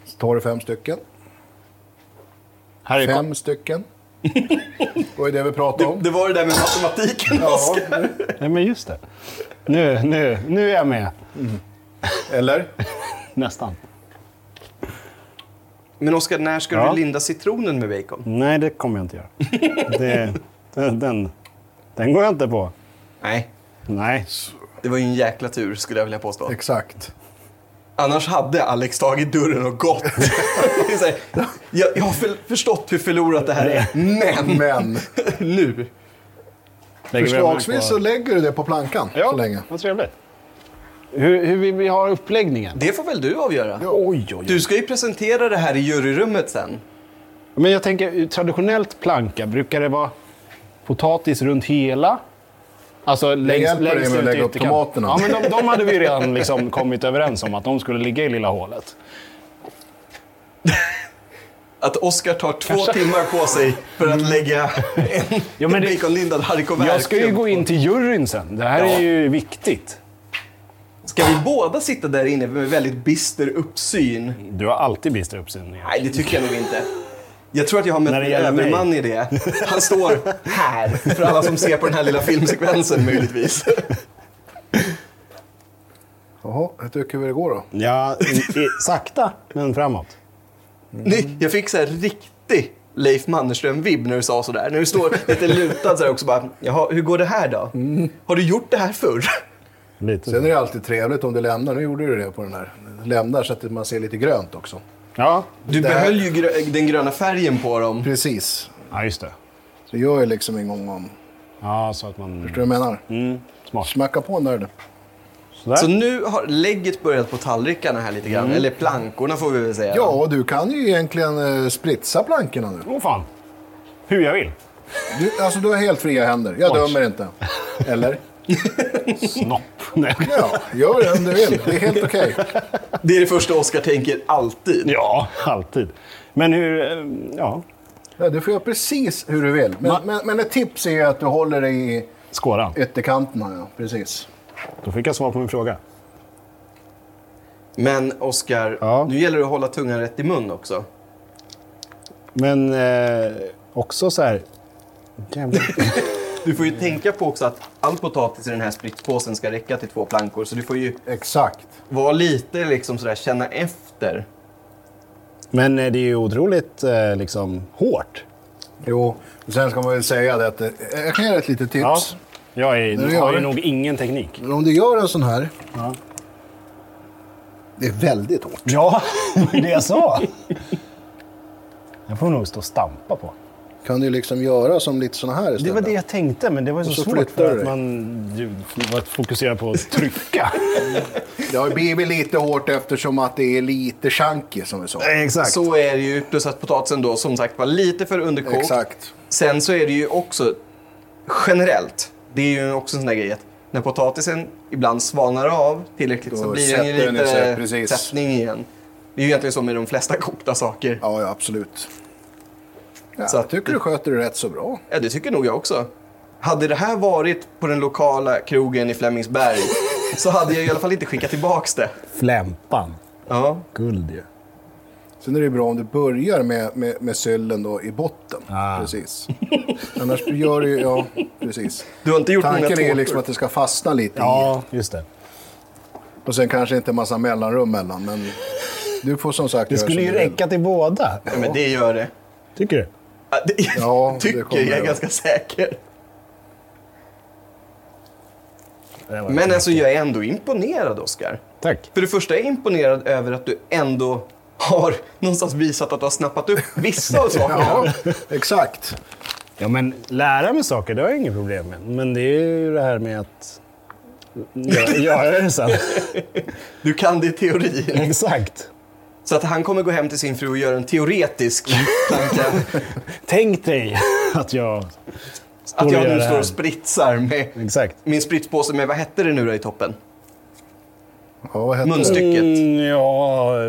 Speaker 4: Så tar du fem stycken.
Speaker 2: Här är
Speaker 4: Fem stycken. Det var ju det vi pratade om.
Speaker 5: Det var det där med matematiken, Oscar.
Speaker 2: Nej, men just det. Nu, nu, nu är jag med.
Speaker 4: Eller?
Speaker 2: Nästan.
Speaker 5: Men Oskar, när ska
Speaker 2: Ja.
Speaker 5: du linda citronen med bacon?
Speaker 2: Nej, det kommer jag inte göra. Det, den, den, den går jag inte på.
Speaker 5: Nej.
Speaker 2: Nej.
Speaker 5: Det var ju en jäkla tur, skulle jag vilja påstå.
Speaker 4: Exakt.
Speaker 5: Annars hade Alex tagit dörren och gått. Det är så här, jag, jag har för, förstått hur förlorat det här är, men
Speaker 4: Men
Speaker 5: nu.
Speaker 2: Lägger vi över på-
Speaker 4: förslagsvis så lägger du det på plankan så länge.
Speaker 2: Vad trevligt. Hur, hur vill vi ha uppläggningen?
Speaker 5: Det får väl du avgöra.
Speaker 2: Oj, oj, oj.
Speaker 5: Du ska ju presentera det här i juryrummet sen.
Speaker 2: Men jag tänker, traditionellt planka, brukar det vara potatis runt hela? Alltså längst,
Speaker 4: hjälper dig
Speaker 2: längst
Speaker 4: med att
Speaker 2: ut i
Speaker 4: lägga upp
Speaker 2: ytterkanten.
Speaker 4: tomaterna.
Speaker 2: Ja, men de, de hade vi redan liksom kommit överens om att de skulle ligga i lilla hålet.
Speaker 5: Att Oskar tar två timmar på sig för att lägga en,
Speaker 2: Ja, men det-
Speaker 5: en baconlindad Harry Covert.
Speaker 2: Jag ska ju gå in till juryn sen. Det här
Speaker 5: Ja.
Speaker 2: är ju viktigt.
Speaker 5: Ska vi båda sitta där inne med väldigt bister uppsyn?
Speaker 2: Du har alltid bister uppsyn.
Speaker 5: Nej, det tycker jag nog inte. Jag tror att jag har mött
Speaker 2: När det
Speaker 5: en
Speaker 2: gäller mig.
Speaker 5: överman i det. Han står här, för alla som ser på den här lilla filmsekvensen möjligtvis.
Speaker 4: Jaha, hur tycker vi det går då?
Speaker 2: Ja, i- i- sakta, men framåt.
Speaker 5: Ni, jag fick så här riktig Leif Mannerström-vibb när du sa sådär. När du står lite lutad sådär också bara, jaha, hur går det här då? Har du gjort det här förr?
Speaker 2: Lite.
Speaker 4: Sen är det alltid trevligt om du lämnar. Nu gjorde du det på den här. Lämnar så att man ser lite grönt också.
Speaker 2: Ja.
Speaker 5: Du
Speaker 4: Det här-
Speaker 5: behöll ju grö- den gröna färgen på dem.
Speaker 4: Precis.
Speaker 2: ja, just det.
Speaker 4: Så gör jag liksom en gång om. Förstår
Speaker 2: Ja, så att man...
Speaker 4: du vad jag menar?
Speaker 2: Mm, smart.
Speaker 4: Smacka på när det.
Speaker 2: Sådär.
Speaker 5: Så nu har lägget börjat på tallrikarna här lite
Speaker 2: Mm.
Speaker 5: grann. Eller plankorna får vi väl säga.
Speaker 4: Ja, och du kan ju egentligen eh, spritsa plankorna nu.
Speaker 2: Åh fan. Hur jag vill.
Speaker 4: Du, alltså, du har helt fria händer. Jag
Speaker 2: Oj.
Speaker 4: dömer inte. Eller?
Speaker 2: Snopp. Nej.
Speaker 4: Ja, gör det om du vill. Det är helt okej.
Speaker 5: Det är det första Oscar tänker alltid.
Speaker 2: Ja, alltid. Men hur... eh, Ja,
Speaker 4: Ja, du får göra precis hur du vill. Men, men, men ett tips är att du håller dig i
Speaker 2: skåran.
Speaker 4: ytterkanterna. Ja. Precis.
Speaker 2: Då fick jag svar på min fråga.
Speaker 5: Men Oscar,
Speaker 2: Ja.
Speaker 5: nu gäller det att hålla tungan rätt i mun också.
Speaker 2: Men eh, också så här... Jävlar.
Speaker 5: Du får ju tänka på också att all potatis i den här spritspåsen ska räcka till två plankor. Så du får ju
Speaker 4: Exakt.
Speaker 5: vara lite liksom sådär, känna efter.
Speaker 2: Men eh, det är ju otroligt eh, liksom, hårt.
Speaker 4: Jo, och sen ska man väl säga det att... eh, Jag kan ge dig ett litet
Speaker 2: Ja.
Speaker 4: tips.
Speaker 2: Jag är,
Speaker 4: Det gör
Speaker 2: har ju
Speaker 4: det.
Speaker 2: nog ingen teknik.
Speaker 4: Men Om du gör en sån här...
Speaker 2: Ja.
Speaker 4: Det är väldigt hårt.
Speaker 2: Ja, det är det jag sa. Jag får nog stå och stampa på.
Speaker 4: Kan du liksom göra som lite såna här
Speaker 2: Det
Speaker 4: istället?
Speaker 2: var det jag tänkte, men det var ju så,
Speaker 4: så
Speaker 2: svårt
Speaker 4: flyttar du
Speaker 2: för att
Speaker 4: dig.
Speaker 2: man ju, var fokuserad på att trycka.
Speaker 4: Det har blivit lite hårt eftersom att det är lite chunky som vi sa.
Speaker 2: Exakt.
Speaker 5: Så är det ju. Plus att potatisen då som sagt var lite för underkokt.
Speaker 4: Exakt.
Speaker 5: Sen så är det ju också generellt. Det är ju också en sån där grej att när potatisen ibland svalnar av tillräckligt så
Speaker 4: Då
Speaker 5: blir den ju
Speaker 4: sätter den i sig,
Speaker 5: lite
Speaker 4: precis.
Speaker 5: sättning igen. Det är ju egentligen så med de flesta kokta saker.
Speaker 4: Ja, ja absolut. Ja,
Speaker 5: Så
Speaker 4: så
Speaker 5: att-
Speaker 4: jag tycker du sköter det rätt så bra.
Speaker 5: Ja, det tycker nog jag också. Hade det här varit på den lokala krogen i Flemingsberg så hade jag i alla fall inte skickat tillbaks det.
Speaker 2: Flämpan.
Speaker 5: Ja.
Speaker 2: Guld ju.
Speaker 4: Sen är det bra om du börjar med, med, med syllen då i botten.
Speaker 2: Ah.
Speaker 4: Precis. Annars gör du ju... Ja, precis.
Speaker 5: Du har inte gjort många
Speaker 4: Tanken är ju
Speaker 5: tårtor.
Speaker 4: liksom att det ska fastna lite i.
Speaker 2: Ja, just det.
Speaker 4: Och sen kanske inte en massa mellanrum mellan. Men du får som sagt
Speaker 2: Det skulle ju räcka till båda.
Speaker 5: Ja, men det gör det.
Speaker 2: Tycker du?
Speaker 5: Ja, Det
Speaker 4: Ja, det
Speaker 5: tycker
Speaker 4: kommer
Speaker 5: jag är
Speaker 4: det.
Speaker 5: ganska säker.
Speaker 2: Det var-
Speaker 5: Men alltså jag är ändå imponerad, Oskar.
Speaker 2: Tack.
Speaker 5: För det första är jag imponerad över att du ändå har någonstans visat att du har snappat upp vissa av sakerna.
Speaker 4: Ja, exakt.
Speaker 2: Ja, men lära mig saker, det har jag inget problem med. Men det är ju det här med att göra- göra det sen.
Speaker 5: Du kan det i teori.
Speaker 2: Exakt.
Speaker 5: Så att han kommer gå hem till sin fru och göra en teoretisk tanke.
Speaker 2: Tänk dig att jag
Speaker 5: Att
Speaker 2: och
Speaker 5: jag
Speaker 2: gör
Speaker 5: nu
Speaker 2: det
Speaker 5: står
Speaker 2: här.
Speaker 5: och spritsar med
Speaker 6: Exakt.
Speaker 5: min spritspåse med, vad hette det nu då i toppen?
Speaker 4: Ja, vad hette det?
Speaker 5: Munstycket.
Speaker 2: Mm, ja,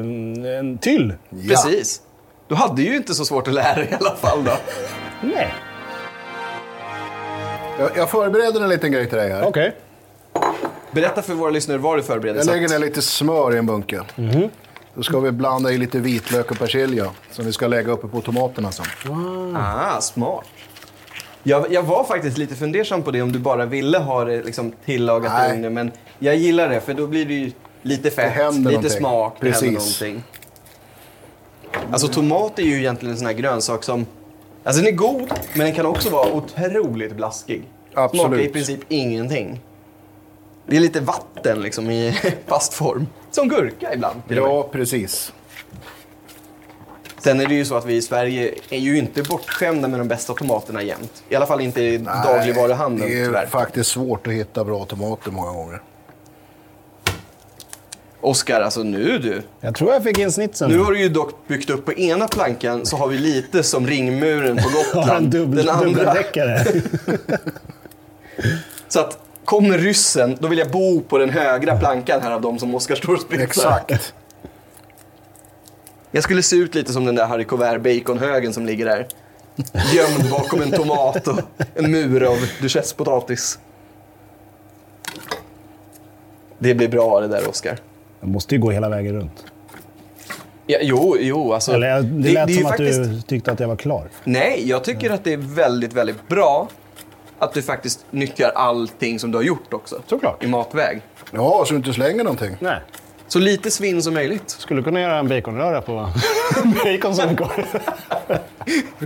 Speaker 2: en till.
Speaker 5: Precis. Du hade ju inte så svårt att lära dig i alla fall då.
Speaker 2: Nej.
Speaker 4: Jag, jag förbereder en liten grej till dig här.
Speaker 2: Okej.
Speaker 5: Berätta för våra lyssnare vad du förbereder.
Speaker 4: Jag
Speaker 5: så
Speaker 4: lägger
Speaker 5: att-
Speaker 4: ner lite smör i en bunke.
Speaker 5: Mhm.
Speaker 4: Då ska vi blanda i lite vitlök och persilja som vi ska lägga uppe på tomaterna sen.
Speaker 5: Ah, smart. Jag, jag var faktiskt lite fundersam på det om du bara ville ha det liksom tillagat i
Speaker 4: Nej.
Speaker 5: ugnen. Men jag gillar det för då blir det ju lite fett,
Speaker 4: händer
Speaker 5: lite
Speaker 4: någonting.
Speaker 5: smak, det händer
Speaker 4: Precis.
Speaker 5: någonting. Alltså tomat är ju egentligen en sån här grönsak som... Alltså den är god, men den kan också vara otroligt blaskig.
Speaker 4: Absolut.
Speaker 5: Smakar i princip ingenting. Det är lite vatten liksom i fast form. Som gurka ibland. till och med.
Speaker 4: Ja, precis.
Speaker 5: Sen är det ju så att vi i Sverige är ju inte bortskämda med de bästa tomaterna jämt. I alla fall inte i dagligvaruhandeln
Speaker 4: Det är
Speaker 5: tyvärr.
Speaker 4: faktiskt svårt att hitta bra tomater många gånger.
Speaker 5: Oskar, alltså nu du.
Speaker 2: Jag tror jag fick in snitsen.
Speaker 5: Nu har du ju dock byggt upp på ena plankan så har vi lite som ringmuren på
Speaker 2: har en
Speaker 5: Gotland.
Speaker 2: dubbel, dubbeldäckare.
Speaker 5: Så att kommer ryssen, då vill jag bo på den högra plankan här av de som Oskar står och spritsar.
Speaker 4: Exakt.
Speaker 5: Jag skulle se ut lite som den där Harry Covert baconhögen som ligger där. Gömd bakom en tomat och en mur av duchesspotatis. Det blir bra det där Oskar.
Speaker 6: Jag måste ju gå hela vägen runt.
Speaker 5: Ja, jo, jo, alltså.
Speaker 6: Eller, jag- det lät
Speaker 5: är ju
Speaker 6: som att
Speaker 5: faktiskt-
Speaker 6: du tyckte att jag var klar.
Speaker 5: Nej, jag tycker att det är väldigt, väldigt bra att du faktiskt nyttjar allting som du har gjort också.
Speaker 2: Såklart.
Speaker 5: I matväg.
Speaker 4: Ja, så du inte slänger någonting.
Speaker 2: Nej.
Speaker 5: Så lite svinn som möjligt.
Speaker 2: Skulle kunna göra en baconröra på bacon som är kvar.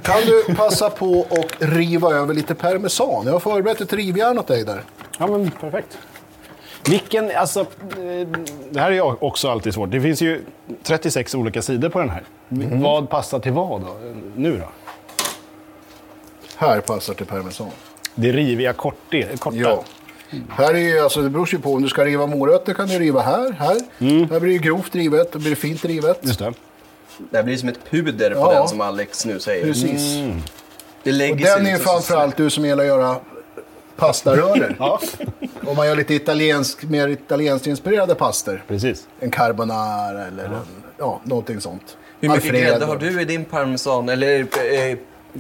Speaker 4: Kan du passa på och riva över lite parmesan? Jag har förberett ett rivjärn åt dig där.
Speaker 2: Ja, men perfekt. Vilken, alltså, eh, det här är ju också alltid svårt. Det finns ju 36 olika sidor på den här.
Speaker 6: Mm.
Speaker 2: Vad passar till vad då? nu då?
Speaker 4: Här passar till parmesan.
Speaker 2: Det riviga korti, korta.
Speaker 4: Ja. Här är ju, alltså, det beror ju på. Om du ska riva morötter kan du riva här. Här, här blir det grovt rivet. Då blir det fint rivet.
Speaker 2: Mm. Just det.
Speaker 5: Det här blir som ett puder på
Speaker 4: Ja.
Speaker 5: den som Alex nu säger.
Speaker 4: Precis.
Speaker 2: Mm.
Speaker 5: Det lägger
Speaker 4: Och
Speaker 5: sig
Speaker 4: den är ju
Speaker 5: liksom så-
Speaker 4: framförallt du som gillar att göra pastarörer.
Speaker 2: Ja,
Speaker 4: Om man gör lite italiensk, mer italienskt inspirerade pastor.
Speaker 2: precis.
Speaker 4: En carbonara eller En, ja, någonting sånt.
Speaker 5: Hur mycket
Speaker 4: Alfredo.
Speaker 5: grädde har du i din parmesan? Eller eh,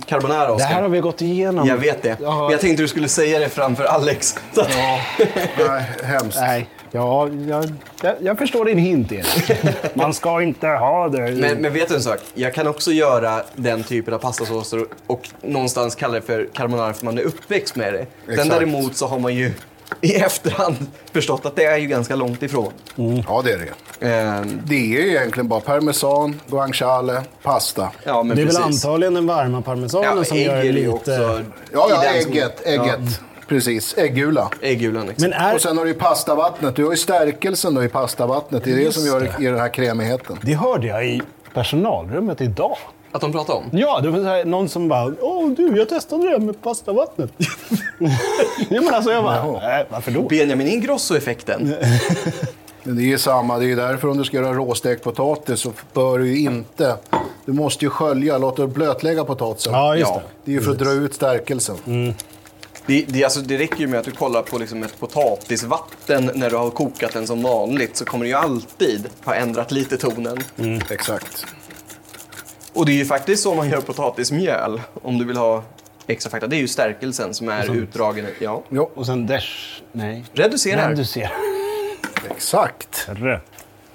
Speaker 5: carbonara,
Speaker 2: Det
Speaker 5: Oskar?
Speaker 2: här har vi gått igenom.
Speaker 5: Jag vet det. Men jag tänkte du skulle säga det framför Alex. Så att...
Speaker 4: Nej, hemskt.
Speaker 2: Nej, ja, jag, jag, jag förstår din hint, Erik. Man ska inte ha det. i-
Speaker 5: Men, men vet du en sak? Jag kan också göra den typen av pastasåser och, och någonstans kalla det för carbonara för man är uppväxt med det. Sen
Speaker 4: Exakt.
Speaker 5: däremot så har man ju i efterhand förstått att det är ju ganska långt ifrån.
Speaker 2: Mm.
Speaker 4: Ja, det är det.
Speaker 5: Ehm,
Speaker 4: Det är ju egentligen bara parmesan, guanciale, pasta.
Speaker 5: ja, men
Speaker 2: det är väl
Speaker 5: precis.
Speaker 2: antagligen den varma parmesanen
Speaker 5: Ja,
Speaker 2: som
Speaker 5: ägg
Speaker 2: gör det
Speaker 5: är det ju
Speaker 2: lite...
Speaker 5: också.
Speaker 4: Ja,
Speaker 5: i
Speaker 4: ja
Speaker 5: den som-
Speaker 4: ägget. ägget. Precis, äggula.
Speaker 5: Äggulan. Liksom.
Speaker 2: Men är,
Speaker 4: Och sen har du ju pastavattnet. Du har ju stärkelsen då i pastavattnet. Det är det som gör det. den här krämigheten.
Speaker 2: det hörde jag i personalrummet idag.
Speaker 5: Att de pratar om?
Speaker 2: Ja, det var så här, någon som bara “Åh du, jag testade det här med pastavattnet”. ja, men alltså jag bara
Speaker 4: Jaha.
Speaker 2: "Nej, “Varför då?”
Speaker 5: Benjamin Ingrosso-effekten.
Speaker 4: Men det är ju samma. Det är ju därför om du ska göra råstekt potatis så bör du ju inte... Du måste ju skölja, låt det blötlägga potatisen.
Speaker 2: Ja, just
Speaker 5: Ja.
Speaker 4: Det är ju för att dra ut stärkelsen.
Speaker 5: Det, det, alltså, det räcker ju med att du kollar på liksom ett potatisvatten när du har kokat den som vanligt så kommer det ju alltid ha ändrat lite tonen.
Speaker 4: Exakt.
Speaker 5: Och det är ju faktiskt så man gör potatismjöl om du vill ha extra fakta. Det är ju stärkelsen som är utdragen. Ja.
Speaker 2: det. Och sen desch... Nej.
Speaker 5: Reducerar.
Speaker 2: Reducera.
Speaker 4: Exakt.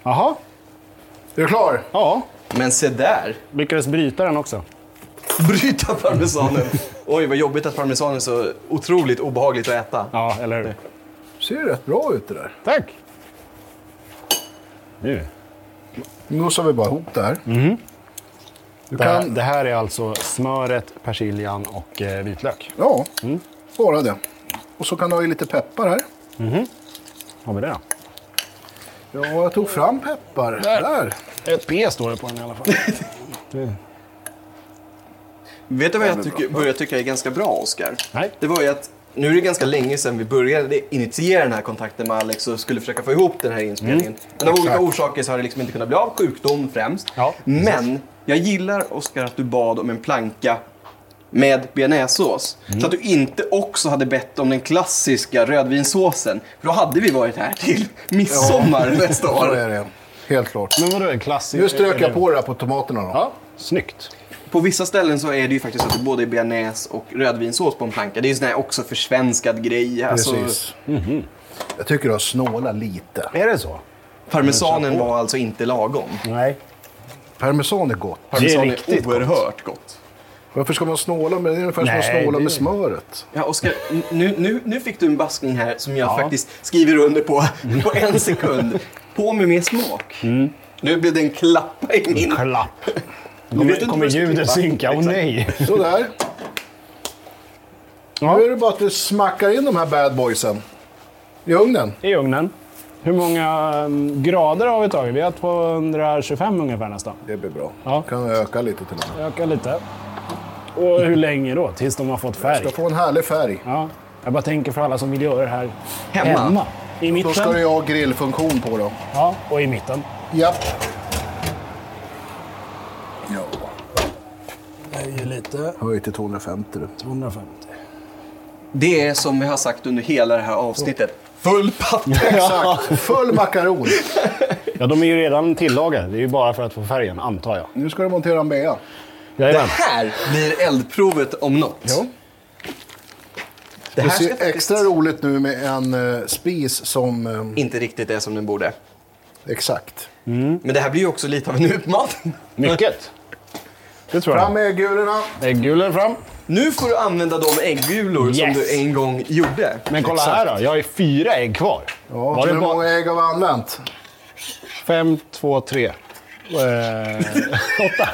Speaker 2: Jaha,
Speaker 4: Är du klar?
Speaker 2: ja.
Speaker 5: Men se där!
Speaker 2: Lyckades bryta den också.
Speaker 5: Bryta parmesanen. Oj, vad jobbigt att parmesan är så otroligt obehagligt att äta.
Speaker 2: Ja, eller hur?
Speaker 4: Ser ju rätt bra ut det där.
Speaker 2: Tack! Nu.
Speaker 4: Nu så vi bara ihop det här. Du
Speaker 2: Det här,
Speaker 4: kan...
Speaker 2: det här är alltså smöret, persiljan och eh, vitlök.
Speaker 4: Ja, bara det. Och så kan du ha i lite peppar här.
Speaker 2: Har vi det då?
Speaker 4: Ja, jag tog fram peppar. Där.
Speaker 2: Ett P står det på den i alla fall. Det-
Speaker 5: Vet du vad jag tycker, börjar tycka är ganska bra, Oskar?
Speaker 2: Nej.
Speaker 5: Det var ju att nu är det ganska länge sedan vi började initiera den här kontakten med Alex och skulle försöka få ihop den här
Speaker 2: Mm.
Speaker 5: inspelningen. Men av olika orsaker så har det liksom inte kunnat bli av, sjukdom främst.
Speaker 2: Ja, precis.
Speaker 5: Men jag gillar, Oskar, att du bad om en planka med bearnaisesås.
Speaker 2: Mm.
Speaker 5: Så att du inte också hade bett om den klassiska rödvinsåsen. För då hade vi varit här till midsommar nästa
Speaker 4: Så
Speaker 5: år.
Speaker 4: är det. Helt klart.
Speaker 2: Men vadå, en klassisk...
Speaker 4: Nu strök jag
Speaker 2: eller-
Speaker 4: på det här på tomaterna då.
Speaker 2: Ja, snyggt.
Speaker 5: På vissa ställen så är det ju faktiskt att det både är bearnaise och rödvinsås på en planka. Det är ju sån här också försvenskad grej. Alltså,
Speaker 4: Precis.
Speaker 2: mhm.
Speaker 4: Jag tycker du har snålat lite.
Speaker 2: Är det så?
Speaker 5: parmesanen var alltså inte lagom.
Speaker 6: Nej.
Speaker 4: Parmesan är gott.
Speaker 5: Parmesan är,
Speaker 2: riktigt gott.
Speaker 5: oerhört gott.
Speaker 4: Varför ska man snåla med det? är ungefär som att
Speaker 2: Nej,
Speaker 4: snåla
Speaker 2: det-
Speaker 4: med smöret.
Speaker 5: Ja, Oskar, n- nu, nu, nu fick du en baskning här som jag faktiskt skriver under på på en sekund. På med mer smak.
Speaker 2: Mm.
Speaker 5: Nu blev det en klappa i min...
Speaker 2: Klapp.
Speaker 5: Du vet inte
Speaker 2: Kommer, kommer
Speaker 5: vad jag ska
Speaker 2: ljudet
Speaker 5: klippa.
Speaker 2: synka? Åh
Speaker 5: Exakt.
Speaker 2: nej!
Speaker 4: Sådär. Nu är det bara att du smackar in de här bad boysen i ugnen.
Speaker 2: I ugnen. Hur många mm, grader har vi tagit? Vi har 225 ungefär nästan.
Speaker 4: Det blir bra.
Speaker 2: Ja.
Speaker 4: Kan öka lite till och med.
Speaker 2: Öka lite. Och hur länge då? Tills de har fått färg?
Speaker 4: Ska få en härlig färg.
Speaker 2: Ja. Jag bara tänker för alla som vill göra det här
Speaker 5: Hemma.
Speaker 2: I
Speaker 4: Då ska
Speaker 2: mitten.
Speaker 4: du ju ha grillfunktion på då.
Speaker 2: Ja, och i mitten.
Speaker 4: Japp. Ja.
Speaker 2: Höjer lite.
Speaker 4: Höj till 250 du.
Speaker 2: 250.
Speaker 5: Det är som vi har sagt under hela det här avsnittet. Full patte!
Speaker 4: Exakt. Full makaron.
Speaker 2: Ja, de är ju redan tillagade. Det är ju bara för att få färgen, antar jag.
Speaker 4: Nu ska du montera en bea.
Speaker 5: Det
Speaker 2: Jajamän.
Speaker 5: här blir eldprovet om något. Det
Speaker 4: Det
Speaker 5: här ska
Speaker 4: ser
Speaker 5: faktiskt
Speaker 4: extra roligt nu med en eh, spis som... eh,
Speaker 5: inte riktigt är som den borde.
Speaker 4: Exakt.
Speaker 5: Men det här blir ju också lite av en utmaning.
Speaker 2: Mycket. Det tror
Speaker 4: Fram
Speaker 2: jag.
Speaker 4: med äggulorna.
Speaker 2: Äggulen fram.
Speaker 5: Nu får du använda de äggulor som
Speaker 2: Yes.
Speaker 5: du en gång gjorde.
Speaker 2: Men kolla här då. Jag har fyra ägg kvar.
Speaker 4: Ja,
Speaker 2: Var det
Speaker 4: hur
Speaker 2: bara
Speaker 4: många ägg har vi använt?
Speaker 2: fem, två, tre? Eh, åtta.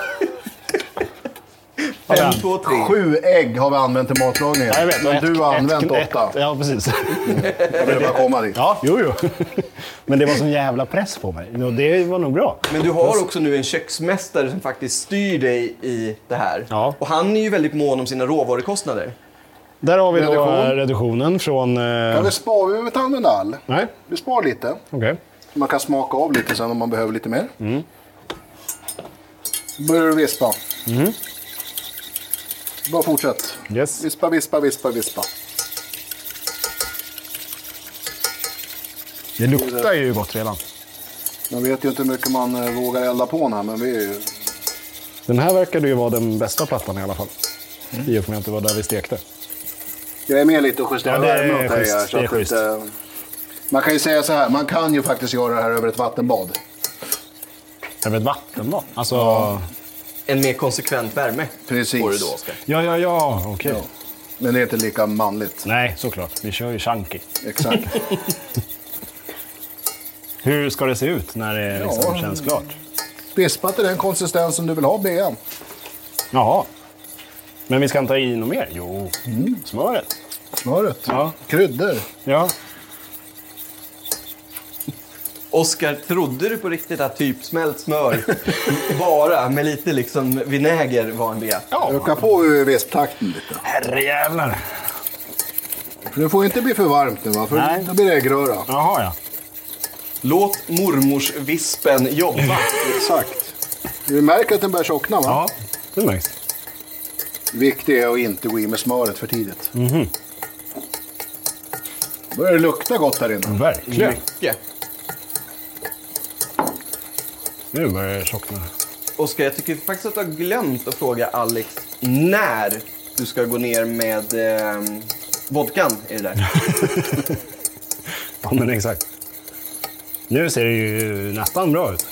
Speaker 5: Fem, två, tre.
Speaker 4: Sju ägg har vi använt i matlagningen.
Speaker 2: Ja, jag vet. Och
Speaker 4: men
Speaker 2: ett-
Speaker 4: du har
Speaker 2: ett-
Speaker 4: använt
Speaker 2: ett-
Speaker 4: åtta.
Speaker 2: Ja, precis.
Speaker 4: Jag behöver komma dit.
Speaker 2: Ja, jo, jo. Men det var sån jävla press på mig. Och det var nog bra.
Speaker 5: Men du har också nu en köksmästare som faktiskt styr dig i det här.
Speaker 2: Ja.
Speaker 5: Och han är ju väldigt mån om sina råvarukostnader.
Speaker 2: Där har vi då
Speaker 4: Reduktion.
Speaker 2: eh, reduktionen från... eh,
Speaker 4: Ja, vi sparar vi behöver inte använda all.
Speaker 2: Nej,
Speaker 4: Vi sparar lite.
Speaker 2: okej.
Speaker 4: Man kan smaka av lite sen om man behöver lite mer.
Speaker 2: Mm.
Speaker 4: Börjar du vispa.
Speaker 2: Mm.
Speaker 4: Bara fortsätt.
Speaker 2: Yes.
Speaker 4: Vispa, vispa, vispa, vispa.
Speaker 2: Det luktar ju gott redan.
Speaker 4: Man vet ju inte hur mycket man eh, vågar elda på den här, men vi är ju...
Speaker 2: Den här verkade ju vara den bästa plattan i alla fall.
Speaker 4: Mm.
Speaker 2: I och med att det var där vi stekte.
Speaker 4: Jag är med lite och justerar
Speaker 2: Ja, det är
Speaker 4: värmen åt dig här.
Speaker 2: schysst,
Speaker 4: så
Speaker 2: det är
Speaker 4: att inte- Man kan ju säga så här, man kan ju faktiskt göra det här över ett vattenbad.
Speaker 2: Över ett vatten då? Alltså...
Speaker 5: En mer konsekvent värme
Speaker 4: Precis.
Speaker 5: får du då, Oskar.
Speaker 2: Ja, ja, ja. Okej.
Speaker 4: Ja. Men det är inte lika manligt.
Speaker 2: Nej, såklart. Vi kör ju chunky.
Speaker 4: Exakt.
Speaker 2: Hur ska det se ut när det liksom känns klart?
Speaker 4: Vispa till den konsistensen du vill ha, Bea.
Speaker 2: Jaha. Men vi ska inte ha i något mer? Jo.
Speaker 4: Mm.
Speaker 2: Smöret.
Speaker 4: Smöret.
Speaker 2: Ja.
Speaker 4: Kryddor.
Speaker 2: Ja.
Speaker 5: Oskar, trodde du på riktigt att typ smält smör bara med lite liksom vinäger var en bea?
Speaker 4: Öka på eh, visptakten lite.
Speaker 2: Herrejävlar.
Speaker 4: För det får inte bli för varmt nu, va? för
Speaker 2: Nej.
Speaker 4: då blir det äggröra.
Speaker 2: Jaha, ja.
Speaker 5: Låt mormorsvispen jobba.
Speaker 4: Exakt. Du märker att den börjar tjockna, va?
Speaker 2: Ja, det märks.
Speaker 4: Viktigt är att inte gå i med smöret för tidigt. Mm.
Speaker 2: Mhm.
Speaker 4: börjar det lukta gott här inne.
Speaker 2: Verkligen.
Speaker 4: Mm.
Speaker 5: Mycket.
Speaker 2: Nu börjar det tjockna.
Speaker 5: Oskar, jag tycker faktiskt att du har glömt att fråga Alex när du ska gå ner med eh, vodkan i det där.
Speaker 2: Ja, men exakt. Nu ser det ju nästan bra ut.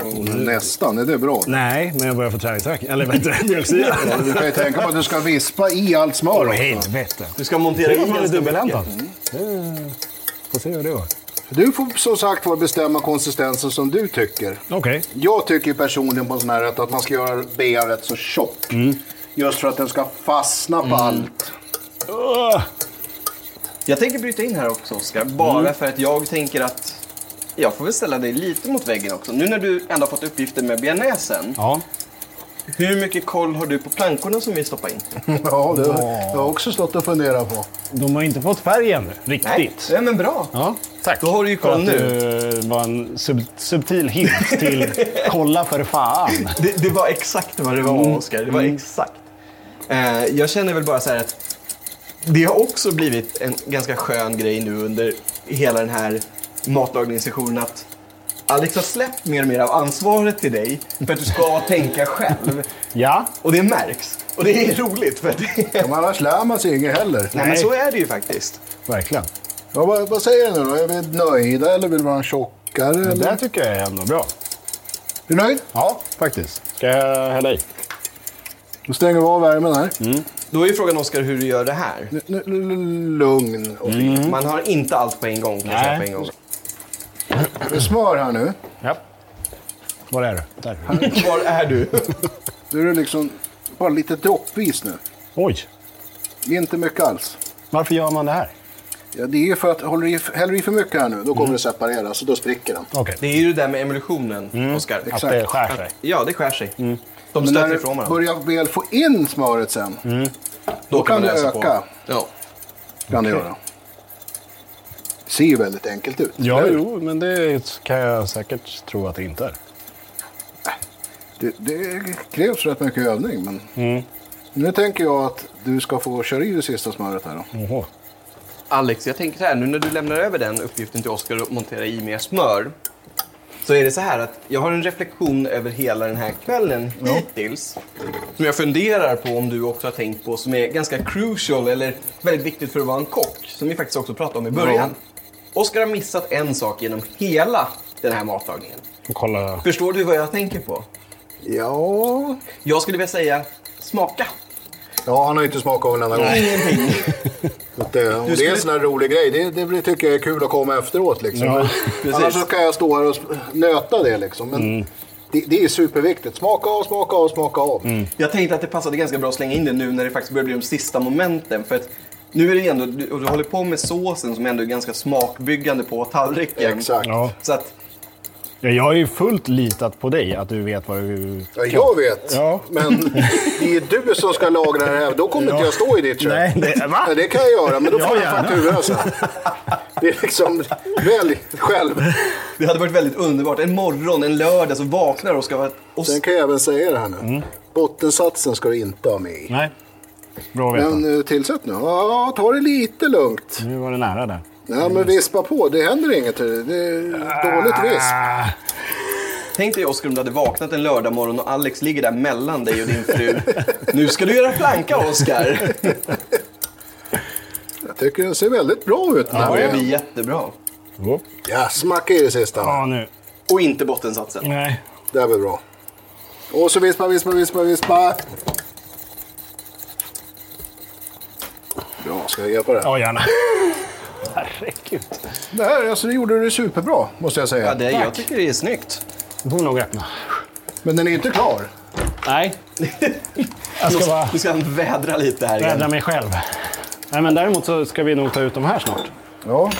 Speaker 4: Oh,
Speaker 2: Mhm.
Speaker 4: nästan, är det bra?
Speaker 2: Nej, men jag börjar få träningsvärk. Eller vad heter det? Mjölksyra.
Speaker 4: Du kan ju tänka på att du ska vispa i allt smör.
Speaker 2: Åh,
Speaker 4: också.
Speaker 2: helvete.
Speaker 5: Du ska montera
Speaker 2: Det
Speaker 5: i
Speaker 2: är man är
Speaker 5: ganska
Speaker 2: dubbelhänt
Speaker 5: mycket.
Speaker 2: alltså. Det- Får se hur det går.
Speaker 4: Du får som sagt var bestämma konsistensen som du tycker.
Speaker 2: Okej.
Speaker 4: Jag tycker personligen på en sån här rätt att man ska göra bean rätt så tjock. Just för att den ska fastna på allt.
Speaker 2: Åh!
Speaker 5: Jag tänker bryta in här också Oskar, bara
Speaker 2: Mm.
Speaker 5: för att jag tänker att jag får väl ställa dig lite mot väggen också. Nu när du ändå har fått uppgifter med bearnaisen,
Speaker 2: Ja.
Speaker 5: hur mycket koll har du på plankorna som vi stoppar in?
Speaker 4: Ja, det har jag också stått och funderat på.
Speaker 2: De har inte fått färg ännu, riktigt.
Speaker 5: Nej, men bra.
Speaker 2: Ja, tack.
Speaker 5: Då har du ju koll
Speaker 2: För att
Speaker 5: nu.
Speaker 2: Det var en sub, subtil hint till kolla för fan. Mm.
Speaker 5: Det, det var exakt vad det var Oskar, det var exakt. Eh, jag känner väl bara så här att det har också blivit en ganska skön grej nu under hela den här matlagningssessionen att Alex har släppt mer och mer av ansvaret till dig för att du ska tänka själv.
Speaker 2: Ja,
Speaker 5: Och det märks. Och det är roligt för att det...
Speaker 4: Men annars lär man sig inget heller.
Speaker 5: Nej, men så är det ju faktiskt.
Speaker 2: verkligen.
Speaker 4: Ja, vad, vad säger ni då? Är vi nöjda eller vill man ha tjockare?
Speaker 2: Det där
Speaker 4: Eller?
Speaker 2: tycker jag är ändå bra.
Speaker 4: Är du nöjd?
Speaker 2: Ja, faktiskt. Ska jag hälla i?
Speaker 4: Då stänger vi av värmen här.
Speaker 5: Då är ju frågan Oskar hur du gör det här.
Speaker 4: N- n- l- lugn och fin.
Speaker 5: Man har inte allt på en gång. Kan jag säga
Speaker 2: Mm. Nej.
Speaker 5: på en gång.
Speaker 4: Det är Smör här nu.
Speaker 2: Ja. Var är du? Där.
Speaker 5: Var är du?
Speaker 4: Nu är det liksom bara lite droppvis nu.
Speaker 2: Oj,
Speaker 4: Inte mycket alls.
Speaker 2: varför gör man det här?
Speaker 4: Ja, det är ju för att håller du i, häller du i för mycket här nu, då kommer det separeras och då spricker den.
Speaker 2: Okej,
Speaker 5: Det är ju det där med emulsionen, Oskar.
Speaker 2: Mm. att
Speaker 4: exakt.
Speaker 2: det skär sig. Mm.
Speaker 5: Ja, det skär sig. De
Speaker 4: Men när
Speaker 5: stöter
Speaker 4: du
Speaker 5: ifrån varandra.
Speaker 4: börjar väl få in smöret sen, då kan
Speaker 5: man
Speaker 4: du
Speaker 5: ösa på.
Speaker 4: öka.
Speaker 5: Ja.
Speaker 4: kan det göra. Det ser ju väldigt enkelt ut.
Speaker 2: Ja,
Speaker 4: Eller?
Speaker 2: jo, men det kan jag säkert tro att det inte är.
Speaker 4: Det, det krävs rätt mycket övning. Men... Nu tänker jag att du ska få köra i det sista smöret här. Då.
Speaker 2: Oho.
Speaker 5: Alex, jag tänker så här. Nu när du lämnar över den uppgiften till Oskar att montera i mer smör. Så är det så här att jag har en reflektion över hela den här kvällen hittills. Som jag funderar på om du också har tänkt på. Som är ganska crucial eller väldigt viktigt för att vara en kock. Som vi faktiskt också pratade om i början. Oskar har missat en sak genom hela den här matlagningen.
Speaker 2: Får kolla.
Speaker 5: Förstår du vad jag tänker på?
Speaker 4: Ja.
Speaker 5: Jag skulle vilja säga smaka.
Speaker 4: ja, han har ju inte smakat av den enda gång.
Speaker 5: Ingenting.
Speaker 4: Så att, eh, och Det är en sån här rolig grej. Det, det blir- tycker jag är kul att komma efteråt. Liksom.
Speaker 5: precis.
Speaker 4: Annars så kan jag stå här och sp- nöta det. Liksom. Men
Speaker 2: Mm.
Speaker 4: det, det är superviktigt. Smaka av, smaka av, smaka av.
Speaker 2: Mm.
Speaker 5: Jag tänkte att det passade ganska bra att slänga in det nu när det faktiskt börjar bli de sista momenten. För att nu är det ändå, du, och du håller på med såsen som ändå är ganska smakbyggande på tallriken.
Speaker 4: Exakt. Ja.
Speaker 2: Ja.
Speaker 5: Så att,
Speaker 2: Ja, Jag har ju fullt litat på dig, att du vet vad du...
Speaker 4: jag vet,
Speaker 2: Ja.
Speaker 4: men det är du som ska lagra det här. Då kommer inte jag stå i ditt kök.
Speaker 2: Nej, det... Va?
Speaker 4: Ja, det kan jag göra, men då
Speaker 2: Ja,
Speaker 4: får jag
Speaker 2: gärna.
Speaker 4: faktura sen. Det är liksom, välj själv.
Speaker 5: det hade varit väldigt underbart. En morgon, en lördag, så vaknar och ska vara... Och,
Speaker 4: Sen kan jag även säga det här nu.
Speaker 2: Mm.
Speaker 4: Bottensatsen ska du inte ha med i.
Speaker 2: Nej. Bra att veta.
Speaker 4: Men eh, tillsätt nu. Ja, ta det lite lugnt.
Speaker 2: Nu var det nära där.
Speaker 4: Ja,
Speaker 5: Mm.
Speaker 4: men vispa på. Det händer inget. Det är dåligt visp.
Speaker 2: Ah,
Speaker 5: tänk dig Oskar om du hade vaknat en lördag morgon och Alex ligger där mellan dig och din fru. nu ska du göra planka Oskar.
Speaker 4: Jag tycker den ser väldigt bra ut.
Speaker 5: Det
Speaker 4: Ja,
Speaker 5: börjar bli jättebra.
Speaker 2: oh.
Speaker 4: ja, smacka i det sista.
Speaker 2: Ja, nu.
Speaker 5: Och inte bottensatsen.
Speaker 2: Nej.
Speaker 4: Det här blir bra. Och så vispa, vispa, vispa, vispa. Bra, ska jag hjälpa dig?
Speaker 2: Ja, gärna. Herregud.
Speaker 4: Det här alltså, det gjorde du superbra, måste jag säga.
Speaker 5: Ja, det, jag tycker det är snyggt.
Speaker 2: Du får nog öppna.
Speaker 4: Men den är inte klar.
Speaker 2: Nej. Jag ska bara
Speaker 5: Nu ska han vädra lite här igen.
Speaker 2: rädda mig själv. Nej, men däremot så ska vi nog ta ut de här snart.
Speaker 4: Ja,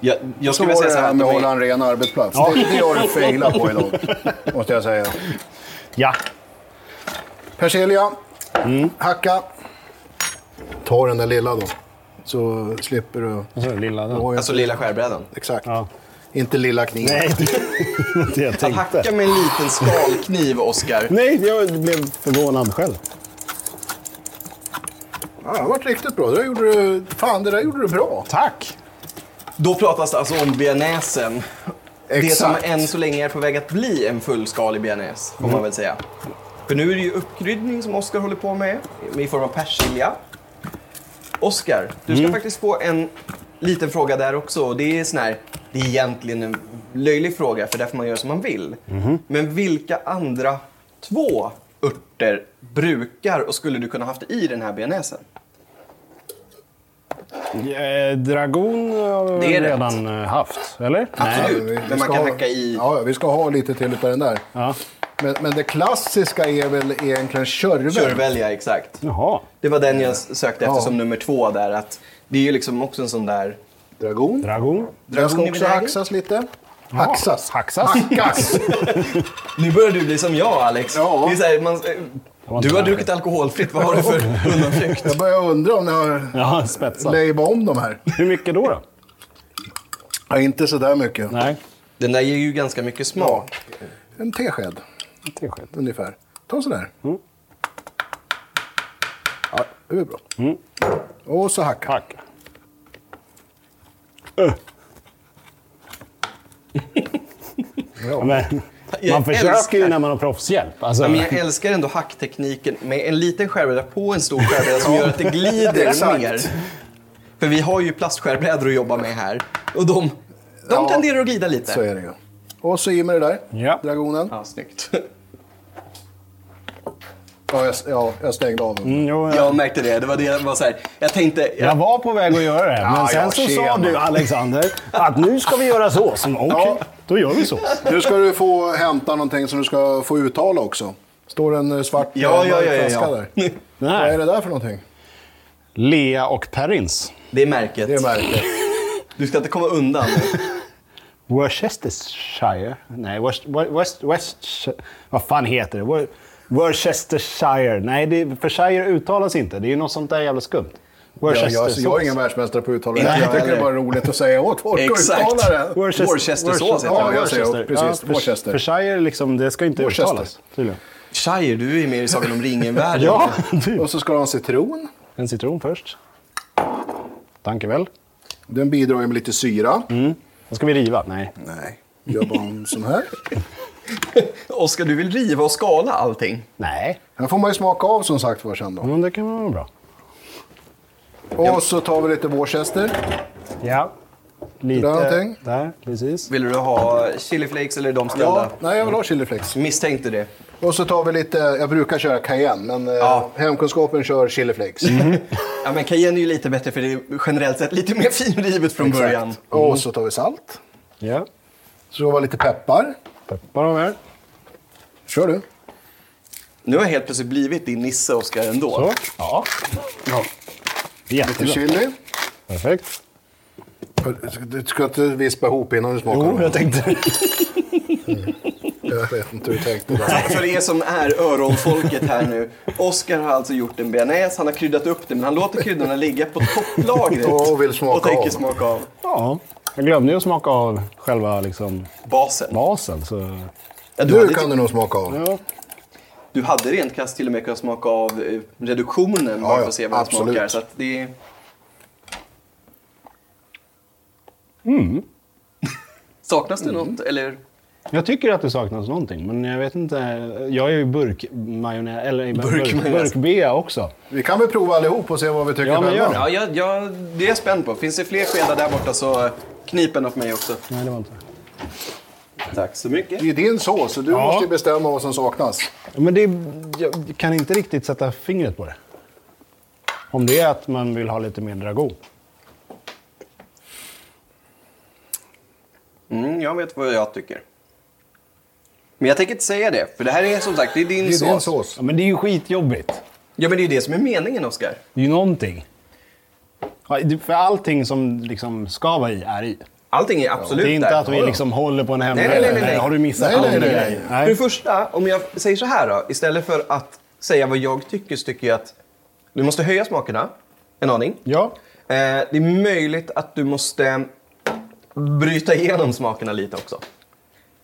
Speaker 5: Jag,
Speaker 4: så
Speaker 5: jag skulle
Speaker 4: var det
Speaker 5: vilja säga så här
Speaker 4: här
Speaker 5: att
Speaker 4: med
Speaker 5: de
Speaker 4: att
Speaker 5: är-
Speaker 4: hålla en ren arbetsplats. Det, det har du failat på idag, måste jag säga.
Speaker 2: Ja.
Speaker 4: Persilja, hacka. Mm. Ta den där lilla då, så slipper du...
Speaker 2: Och så den lilla den.
Speaker 4: Oj,
Speaker 5: Alltså lilla skärbrädan.
Speaker 4: Exakt.
Speaker 2: Ja.
Speaker 4: Inte lilla kniven.
Speaker 2: Nej, det var inte det jag
Speaker 5: Att
Speaker 2: tänkte.
Speaker 5: hacka med en liten skalkniv, Oskar.
Speaker 2: Nej, jag blev förvånad själv.
Speaker 4: Ja, det har varit riktigt bra. Det där gjorde du, fan, det där gjorde du bra.
Speaker 2: Tack!
Speaker 5: Då pratas det alltså om bearnaisen. Det som
Speaker 4: Exakt.
Speaker 5: än så länge är på väg att bli en fullskalig bearnaise, får
Speaker 2: Mm.
Speaker 5: man väl säga. För nu är det ju uppkryddning som Oskar håller på med, i form av persilja. Oskar, du ska
Speaker 2: Mm.
Speaker 5: faktiskt få en liten fråga där också. Och Det är sån här, det är egentligen en löjlig fråga, för där får man göra som man vill. Men vilka andra två örter brukar och skulle du kunna haft i den här bearnaisen?
Speaker 2: Eh, Dragon har
Speaker 5: Det
Speaker 2: vi
Speaker 5: är rätt.
Speaker 2: redan eh, haft, eller?
Speaker 5: Absolut.
Speaker 4: Ja,
Speaker 5: men man
Speaker 4: ska
Speaker 5: kan
Speaker 4: ha-
Speaker 5: hacka i.
Speaker 4: Ja, vi ska ha lite till utav den där.
Speaker 2: Ja.
Speaker 4: Men, men det klassiska är väl egentligen körveln.
Speaker 5: Körvälja, exakt.
Speaker 2: Jaha.
Speaker 5: Det var den jag s- sökte efter
Speaker 4: Ja.
Speaker 5: som nummer två där. Att det är ju liksom också en sån där...
Speaker 4: Dragon.
Speaker 2: Dragon.
Speaker 4: Den ska
Speaker 5: Dragon i
Speaker 4: också
Speaker 5: vinäger.
Speaker 4: haxas lite. Haxas.
Speaker 2: Haxas.
Speaker 4: Hackas.
Speaker 5: Nu börjar du bli som jag Alex.
Speaker 4: Ja.
Speaker 5: Det är så här, man, eh,
Speaker 2: var inte
Speaker 5: du har
Speaker 2: nära.
Speaker 5: druckit alkoholfritt, vad har du för undanflykt?
Speaker 4: Jag börjar undra om ni har
Speaker 2: Ja, spetsat.
Speaker 4: lejbat om de här.
Speaker 2: Hur mycket då? då?
Speaker 4: Ja, inte sådär mycket.
Speaker 2: Nej,
Speaker 5: Den där ger ju ganska mycket smak.
Speaker 4: En tesked
Speaker 2: inte skit. Mm.
Speaker 4: ungefär. Ta sådär. Det blir bra.
Speaker 2: Mm.
Speaker 4: Och så hacka.
Speaker 2: Hacka. Eh. Ja, men, man
Speaker 5: Jag
Speaker 2: försöker ju
Speaker 5: älskar-
Speaker 2: när man har proffshjälp. Alltså,
Speaker 5: Ja, men jag älskar ändå hacktekniken med en liten skärbräda på en stor skärbräda som gör att det glider
Speaker 4: Exakt.
Speaker 5: mer. För vi har ju plastskärbrädor att jobba med här. Och de, de
Speaker 4: Ja.
Speaker 5: tenderar att glida lite.
Speaker 4: Så är det ju. Och så i med det där.
Speaker 2: Ja.
Speaker 4: Dragonen.
Speaker 5: Ja, snyggt.
Speaker 4: Ja, jag, ja, jag stängde av den.
Speaker 2: Mm, jo, jag,
Speaker 5: Jag märkte det. Det var det jag var så här. Jag tänkte...
Speaker 2: jag var på väg att göra det, men
Speaker 4: Ja,
Speaker 2: sen
Speaker 4: ja,
Speaker 2: så sa
Speaker 4: tjena.
Speaker 2: du Alexander att nu ska vi göra sås. Okej,
Speaker 4: Ja.
Speaker 2: då gör vi sås.
Speaker 4: Nu ska du få hämta någonting som du ska få uttala också. Står en eh, svart
Speaker 5: Ja,
Speaker 4: eh,
Speaker 5: ja,
Speaker 4: mörk
Speaker 5: ja, ja,
Speaker 4: flaska
Speaker 5: ja.
Speaker 4: där.
Speaker 2: Den
Speaker 4: Vad är
Speaker 2: här,
Speaker 4: det där för någonting?
Speaker 2: Lea och Perrins.
Speaker 5: Det är märket.
Speaker 4: Det är märket.
Speaker 5: Du ska inte komma undan.
Speaker 2: Worcestershire? Nej, West... West, West vad fan heter det? Wor- Worcestershire? Nej, det, för shire uttalas inte. Det är ju något sånt där jävla skumt.
Speaker 4: Ja, jag,
Speaker 2: Worcestersås.
Speaker 4: jag är ingen världsmästare på att uttala det.
Speaker 5: Nej,
Speaker 4: Jag tycker det är
Speaker 5: heller.
Speaker 4: bara roligt att säga åt folk att
Speaker 5: Exakt.
Speaker 4: uttala det.
Speaker 2: Worcester-
Speaker 5: Worcestersås
Speaker 2: Worcester-
Speaker 5: heter
Speaker 4: det. Ja, jag säger precis.
Speaker 2: för-
Speaker 4: Worcester.
Speaker 2: För shire, liksom, det ska inte
Speaker 4: Worcester.
Speaker 2: uttalas. Tydligen.
Speaker 5: Shire, du är mer i Sagan om ringen-världen.
Speaker 2: Ja, typ.
Speaker 4: Och så ska du ha en citron.
Speaker 2: En citron först. Tanke väl.
Speaker 4: Den bidrar ju med lite syra.
Speaker 5: Mm.
Speaker 2: Då ska vi riva. Nej.
Speaker 4: Nej, gör bara en sån här.
Speaker 5: Oskar, du vill riva och skala allting.
Speaker 2: Nej,
Speaker 4: Den får man ju smaka av som sagt var sen då.
Speaker 2: men det kan vara bra. Mm.
Speaker 4: Och så tar vi lite Worcester.
Speaker 2: Ja. Lite.
Speaker 4: Vill du ha någonting?
Speaker 2: Där, precis.
Speaker 5: Vill du ha chili flakes eller de
Speaker 4: Ja,
Speaker 5: ställda?
Speaker 4: nej, jag vill ha chiliflex.
Speaker 5: Misstänkte det.
Speaker 4: Och så tar vi lite, jag brukar köra cayenne, men eh,
Speaker 5: Ja.
Speaker 4: hemkunskapen kör chiliflex.
Speaker 2: Mm.
Speaker 4: Mm.
Speaker 5: Ja, men cayenne är ju lite bättre för det är generellt sett lite mer finrivet från början.
Speaker 2: Mm.
Speaker 4: Och så tar vi salt.
Speaker 2: Ja.
Speaker 4: Så var lite peppar.
Speaker 2: Peppar har vi här.
Speaker 4: Kör du.
Speaker 5: Nu har jag helt plötsligt blivit din nisse, Oskar, ändå.
Speaker 2: Så. Ja.
Speaker 4: Ja. Lite
Speaker 2: Jättebra.
Speaker 4: chili.
Speaker 2: Perfekt.
Speaker 4: Du ska inte vispa ihop innan du smakar?
Speaker 2: Jo, jag tänkte.
Speaker 4: Jag vet inte hur du tänkte. där.
Speaker 5: För er som är öronfolket här nu. Oskar har alltså gjort en bearnaise, han har kryddat upp det, men han låter kryddorna ligga på topplagret.
Speaker 4: Och vill smaka
Speaker 5: Och tänker
Speaker 4: av.
Speaker 5: smaka av
Speaker 2: Ja. Jag glömde ju att smaka av själva liksom,
Speaker 5: basen.
Speaker 2: basen. Så...
Speaker 5: Ja, du,
Speaker 4: Du
Speaker 5: hade,
Speaker 4: kan du nog smaka av.
Speaker 2: Ja.
Speaker 5: du hade rent krasst till och med kunnat smaka av eh, reduktionen bara
Speaker 4: ja,
Speaker 5: för att se vad den
Speaker 4: absolut.
Speaker 5: smakar. Så att det är... Saknas det något?
Speaker 4: Mm.
Speaker 5: Eller?
Speaker 2: Jag tycker att det saknas någonting, men jag vet inte. Jag är ju burkmajonnäs, eller burk,
Speaker 5: Burkmajonnäs.
Speaker 2: burkbea också.
Speaker 4: Vi kan väl prova allihop och se vad vi tycker
Speaker 2: Ja, men gör
Speaker 4: mellan.
Speaker 5: Ja, jag, jag, det är jag spänd på. Finns det fler skedar där borta så eh, knip en åt mig också.
Speaker 2: Nej, det var inte.
Speaker 5: Tack så mycket.
Speaker 4: Det är din sås, så du
Speaker 2: Ja.
Speaker 4: måste ju bestämma vad som saknas.
Speaker 2: Men det, jag kan inte riktigt sätta fingret på det. Om det är att man vill ha lite mer dragon.
Speaker 5: Mm, jag vet vad jag tycker. Men jag tänker inte säga det, för det här är som sagt, det är din
Speaker 4: Det är din
Speaker 5: sås.
Speaker 4: sås.
Speaker 2: Ja, men det är ju skitjobbigt.
Speaker 5: Ja, men det är ju det som är meningen, Oskar.
Speaker 2: Det är ju någonting. Ja, det- För allting som liksom ska vara i är i.
Speaker 5: Allting är absolut
Speaker 2: Det är inte
Speaker 5: där.
Speaker 2: att vi liksom håller på en hemlighet.
Speaker 5: Nej, nej, nej, nej.
Speaker 2: Har du missat
Speaker 4: Nej, nej,
Speaker 2: andra
Speaker 4: nej, nej.
Speaker 2: grejer?
Speaker 5: För det första, om jag säger så här då. Istället för att säga vad jag tycker så tycker jag att du måste höja smakerna en aning.
Speaker 2: Ja.
Speaker 5: Eh, det är möjligt att du måste bryta igenom smakerna lite också.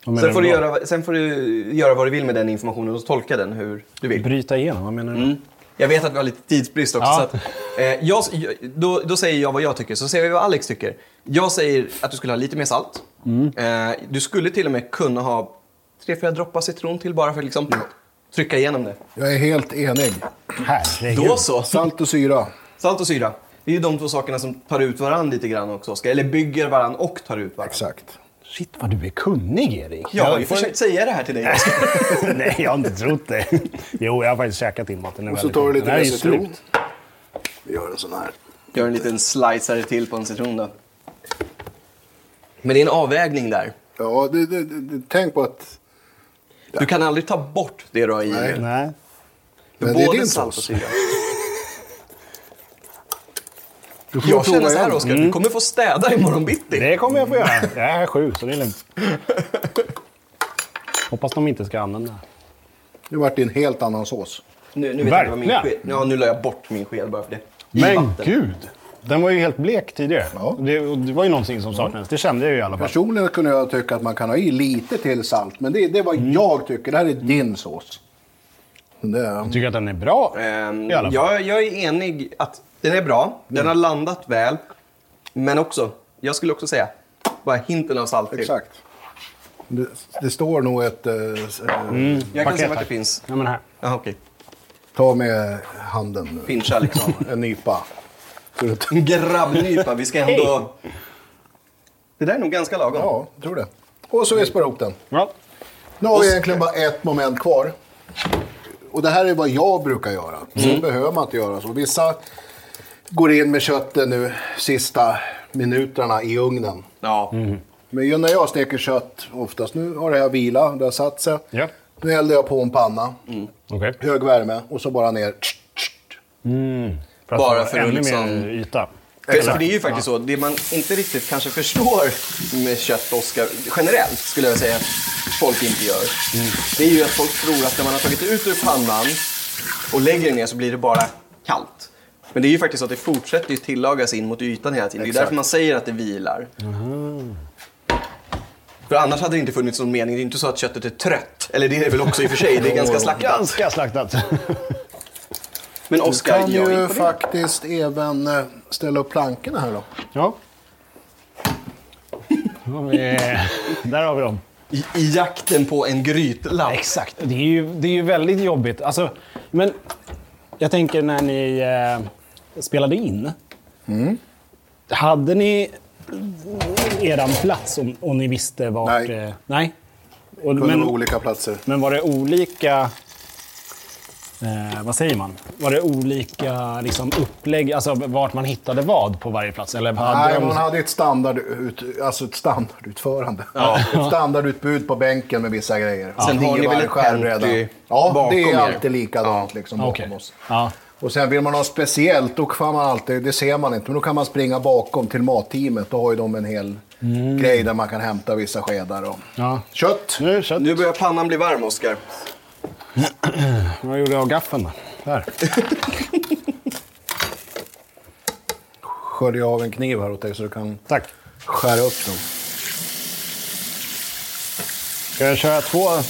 Speaker 2: Vad menar
Speaker 5: Sen får, du
Speaker 2: då?
Speaker 5: göra, sen får du göra vad du vill med den informationen och tolka den hur du vill.
Speaker 2: Bryta igenom, vad menar du?
Speaker 5: Jag vet att vi har lite tidsbrist också.
Speaker 2: Ja.
Speaker 5: Så att, eh, jag, då, då säger jag vad jag tycker, så säger vi vad Alex tycker. Jag säger att du skulle ha lite mer salt.
Speaker 2: Mm.
Speaker 5: Eh, du skulle till och med kunna ha tre, fyra droppar citron till bara för att liksom trycka igenom det.
Speaker 4: Jag är helt enig.
Speaker 2: Herregud.
Speaker 5: Då så.
Speaker 4: Salt och syra.
Speaker 5: Salt och syra. Det är ju de två sakerna som tar ut varandra lite grann också, Oskar. Eller bygger varandra och tar ut varandra.
Speaker 4: Exakt.
Speaker 2: Shit vad du är kunnig, Erik.
Speaker 5: Jag har ju
Speaker 2: Jag
Speaker 5: försökt säga det här till dig, Oskar.
Speaker 2: Nej, jag har inte trott det. Jo, jag har faktiskt käkat din mat. Den är
Speaker 4: Och så
Speaker 2: väldigt
Speaker 4: tar du
Speaker 2: god.
Speaker 4: lite
Speaker 2: Den här
Speaker 4: mer
Speaker 2: är ju
Speaker 4: citron.
Speaker 2: slut.
Speaker 4: Vi gör en sån här.
Speaker 5: Gör en liten sliceare till på en citron då. Men det är en avvägning där.
Speaker 4: Ja, det, det, det, tänk på att...
Speaker 5: Du kan aldrig ta bort det du har i dig.
Speaker 2: Nej.
Speaker 4: Men det är
Speaker 5: Både
Speaker 4: din
Speaker 5: salt och
Speaker 4: sås.
Speaker 5: syra.
Speaker 4: Du får
Speaker 5: Jag
Speaker 4: prova
Speaker 5: känner så här
Speaker 4: igen.
Speaker 5: Oskar, du kommer få städa imorgon bitti.
Speaker 2: Det kommer jag få göra. Jag är sju, så det är lugnt. Hoppas de inte ska använda.
Speaker 4: Det vart en helt annan sås.
Speaker 5: Nu, nu vet jag inte vad min sked...
Speaker 2: Verkligen.
Speaker 5: Ja, nu la jag bort min sked bara för det. I
Speaker 2: Men
Speaker 5: vatten.
Speaker 2: gud! Den var ju helt blek tidigare.
Speaker 4: Ja.
Speaker 2: Det, och det var ju någonting som saknades. Det kände jag ju i alla fall.
Speaker 4: Personligen kunde jag
Speaker 2: Mm.
Speaker 4: tycka att man kan ha i lite till salt, men det, det är vad jag tycker. Det här är din sås. Det,
Speaker 2: Tycker att den är bra?
Speaker 5: Ehm,
Speaker 2: I alla fall.
Speaker 5: jag, jag är enig att den är bra. Den har landat väl. Men också, jag skulle också säga, bara hinten av salt till.
Speaker 4: exakt. Det, det står nog ett... eh, s- eh,
Speaker 5: Jag kan
Speaker 2: Paket
Speaker 5: se vart
Speaker 2: här.
Speaker 5: det finns.
Speaker 2: Ja, men här.
Speaker 5: Jaha, okej.
Speaker 4: Ta med handen nu.
Speaker 5: Pincha liksom.
Speaker 4: En nypa. Så det-
Speaker 5: En Grabbnypa, vi ska ändå... Det där är nog ganska lagom.
Speaker 4: Ja, jag tror det. Och så vispar ihop den.
Speaker 2: Ja.
Speaker 4: Nu har vi egentligen bara ett moment kvar. Och det här är vad jag brukar göra. Sen
Speaker 2: Mm.
Speaker 4: behöver man inte göra så. Vissa går in med köttet nu sista minuterna i ugnen.
Speaker 5: Ja.
Speaker 4: Mm. Men ju när jag steker kött oftast, nu har det här vila, det har satt sig.
Speaker 2: Ja. Mm.
Speaker 4: Nu hällde jag på en panna,
Speaker 2: Okej.
Speaker 4: hög värme och så bara ner. Tsch, tsch, tsch.
Speaker 2: För att
Speaker 5: Bara
Speaker 2: ha
Speaker 5: för att
Speaker 2: ännu
Speaker 5: liksom-
Speaker 2: mer yta.
Speaker 5: För, för det är ju faktiskt så, det man inte riktigt kanske förstår med köttåska generellt skulle jag säga att folk inte gör.
Speaker 4: Mm.
Speaker 5: Det är ju att folk tror att när man har tagit ut ur pannan och lägger den ner så blir det bara kallt. Men det är ju faktiskt så att det fortsätter ju tillagas in mot ytan hela tiden. Det är
Speaker 4: Exakt.
Speaker 5: därför man säger att det vilar. För annars hade det inte funnits någon mening. Det är inte så att köttet är trött. Eller det är det väl också i och för sig. Det är ganska slaktat.
Speaker 2: Ganska slaktat.
Speaker 4: Du
Speaker 5: Men
Speaker 4: kan
Speaker 5: Oskar, jag är
Speaker 4: ju
Speaker 5: imponerad.
Speaker 4: faktiskt även eh, ställa upp plankorna här då.
Speaker 2: ja. Då har vi- Där har vi dem.
Speaker 5: I, I jakten på en grytlapp.
Speaker 2: Exakt. Det är ju, det är ju väldigt jobbigt. Alltså, men jag tänker när ni eh, spelade in.
Speaker 5: Mm.
Speaker 2: Hade ni eran plats om, om ni visste vart...
Speaker 4: Nej.
Speaker 2: Eh, nej. Och,
Speaker 4: På
Speaker 2: men,
Speaker 4: olika platser.
Speaker 2: men var det olika... Eh, vad säger man? Var det olika liksom, upplägg? Alltså vart man hittade vad på varje plats? Eller hade
Speaker 4: Nej,
Speaker 2: de-
Speaker 4: man hade ett, standard ut, alltså ett standardutförande. Ett standardutbud på bänken med vissa grejer.
Speaker 5: Sen har ni
Speaker 4: Nio
Speaker 5: väl
Speaker 4: varv
Speaker 5: ett
Speaker 4: skärbräda.
Speaker 5: panty
Speaker 4: Ja, det är
Speaker 5: bakom er?
Speaker 4: alltid likadant liksom, bakom
Speaker 2: Okej.
Speaker 4: oss.
Speaker 2: Ja.
Speaker 4: Och sen vill man ha speciellt, då kan man alltid, det ser man inte, men då kan man springa bakom till matteamet. Då har ju de en hel grej där man kan hämta vissa skedar och
Speaker 2: Ja.
Speaker 4: kött.
Speaker 2: Nu, kött.
Speaker 5: Nu börjar pannan bli varm, Oskar.
Speaker 2: Vad gjorde jag av gaffeln då? Där.
Speaker 4: Sköljer jag av en kniv här åt dig så du kan
Speaker 2: Tack.
Speaker 4: skära upp dem.
Speaker 2: Ska jag köra två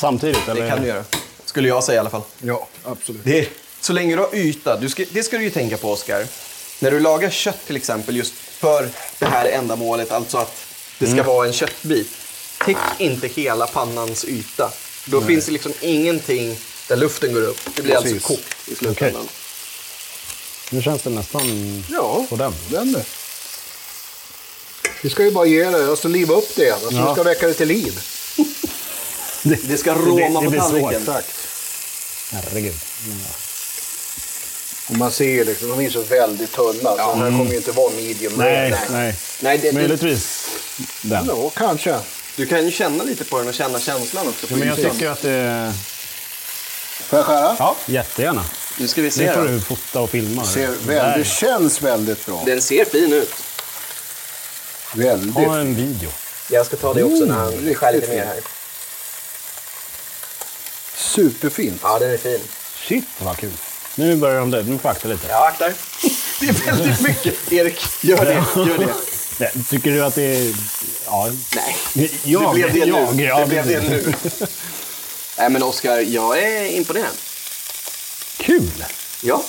Speaker 2: samtidigt? Eller?
Speaker 5: Det kan du göra. Skulle jag säga i alla fall.
Speaker 4: Ja, absolut.
Speaker 5: Det är, så länge du har yta, du ska, det ska du ju tänka på Oskar. När du lagar kött till exempel just för det här ändamålet, alltså att det ska vara en köttbit. Täck inte hela pannans yta. Då finns det liksom ingenting där luften går upp. Det blir
Speaker 4: Precis.
Speaker 5: alltså kokt i slutändan.
Speaker 2: Okej. Nu känns det nästan
Speaker 4: Ja,
Speaker 2: på den.
Speaker 4: den du. Vi ska ju bara ge det, alltså liva upp det igen. Alltså, Vi ska väcka det till liv.
Speaker 5: Det ska
Speaker 2: blir-
Speaker 5: råma
Speaker 2: det
Speaker 5: på
Speaker 2: blir svårt.
Speaker 5: tallriken.
Speaker 4: Exakt.
Speaker 2: Herregud.
Speaker 4: Och man ser ju liksom, de är så väldigt tunna. Så den här kommer ju inte vara medium
Speaker 2: Nej,
Speaker 4: rare.
Speaker 2: nej.
Speaker 5: Nej, det, det,
Speaker 2: Möjligtvis den.
Speaker 4: Ja, kanske.
Speaker 5: du kan ju känna lite på den och känna känslan också. På
Speaker 2: Men jag
Speaker 5: ytan.
Speaker 2: tycker att det...
Speaker 4: Får jag skära?
Speaker 2: Ja. Jättegärna.
Speaker 5: Nu ska vi
Speaker 2: Det
Speaker 5: se
Speaker 2: får
Speaker 5: då.
Speaker 2: du fota och filma.
Speaker 4: Ser väl, det
Speaker 2: Där.
Speaker 4: känns väldigt bra.
Speaker 5: Den ser fin ut.
Speaker 4: Väldigt.
Speaker 2: Ha en video.
Speaker 5: Jag ska ta det också när han skär lite mer här.
Speaker 4: Superfint.
Speaker 5: Ja, den är fin.
Speaker 2: Shit vad kul. Nu börjar de dö. Nu får jag akta lite.
Speaker 5: Ja, aktar. Det är väldigt mycket. Erik, gör det. Gör det.
Speaker 2: Nej, Tycker du att det är... Ja.
Speaker 5: Nej,
Speaker 2: Jag-
Speaker 5: det blev det
Speaker 2: jag-
Speaker 5: nu.
Speaker 2: ja,
Speaker 5: det blev det nu. Nej, men Oskar, jag är imponerad.
Speaker 2: Kul!
Speaker 5: Ja.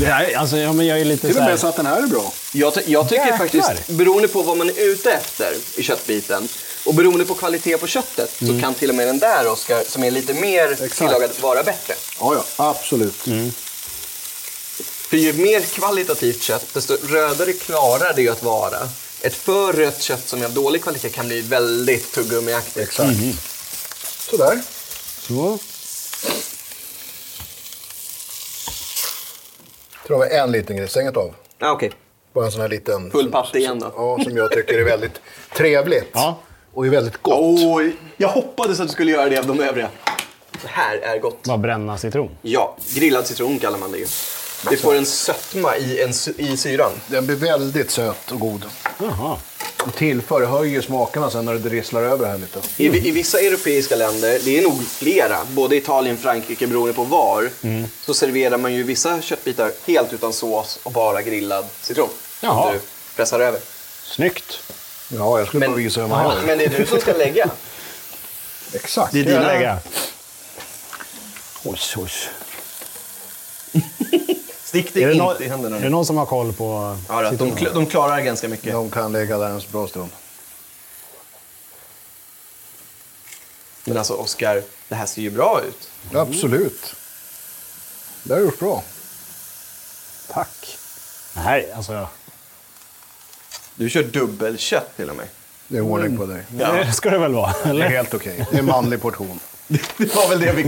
Speaker 2: Det här, alltså, ja, men jag är lite
Speaker 4: Till
Speaker 2: så
Speaker 4: och med
Speaker 2: här...
Speaker 4: så att den här är bra.
Speaker 5: Jag, ty- jag tycker
Speaker 2: Jäklar.
Speaker 5: faktiskt, beroende på vad man är ute efter i köttbiten och beroende på kvalitet på köttet så kan till och med den där, Oskar, som är lite mer tillagad, vara bättre.
Speaker 4: Ja, ja, absolut.
Speaker 5: För ju mer kvalitativt kött, desto rödare klarar det ju att vara. Ett för rött kött som är av dålig kvalitet kan bli väldigt tuggummiaktigt. Exakt. Mm-hmm.
Speaker 4: Sådär.
Speaker 2: Så.
Speaker 4: Tror vi en liten grej, sänget av.
Speaker 5: Ah, Okej,
Speaker 4: Bara en sån här liten...
Speaker 5: full patte igen då.
Speaker 4: Ja, som jag tycker är väldigt trevligt.
Speaker 2: Ja.
Speaker 4: Och är väldigt gott.
Speaker 5: Oj, jag hoppades att du skulle göra det av de övriga. Det här är gott.
Speaker 2: Bara bränna citron.
Speaker 5: Ja, grillad citron kallar man det ju. Det får en sötma i, en, sy- i syran.
Speaker 4: Den blir väldigt söt och god.
Speaker 2: Jaha.
Speaker 4: Och tillför, höjer smakerna sen när det drisslar över här lite.
Speaker 5: I, vi- I vissa europeiska länder, det är nog flera, både Italien och Frankrike beroende på var, så serverar man ju vissa köttbitar helt utan sås och bara grillad citron.
Speaker 2: Jaha.
Speaker 5: Som du pressar över.
Speaker 2: Snyggt.
Speaker 4: Ja, jag skulle bara visa hur man gör.
Speaker 5: men det är du som ska lägga.
Speaker 4: Exakt.
Speaker 2: Det är dina. Oj, oj.
Speaker 5: Stick det,
Speaker 2: Är det,
Speaker 5: inte
Speaker 2: någon,
Speaker 5: i händerna
Speaker 2: är
Speaker 5: nu.
Speaker 2: det någon som har koll på
Speaker 5: Ja, då, de, kl- de klarar ganska mycket.
Speaker 4: De kan lägga där en bra stund.
Speaker 5: Men alltså Oscar, det här ser ju bra ut.
Speaker 4: Mm. Absolut. Det har du gjort bra.
Speaker 2: Tack. Nej, alltså... jag-
Speaker 5: Du kör dubbelkött till och med.
Speaker 4: Det är ordning på dig.
Speaker 5: Ja.
Speaker 2: Det ska det väl vara?
Speaker 4: Det är
Speaker 2: Eller?
Speaker 4: helt okej. Det är en manlig portion.
Speaker 5: Det var väl det vi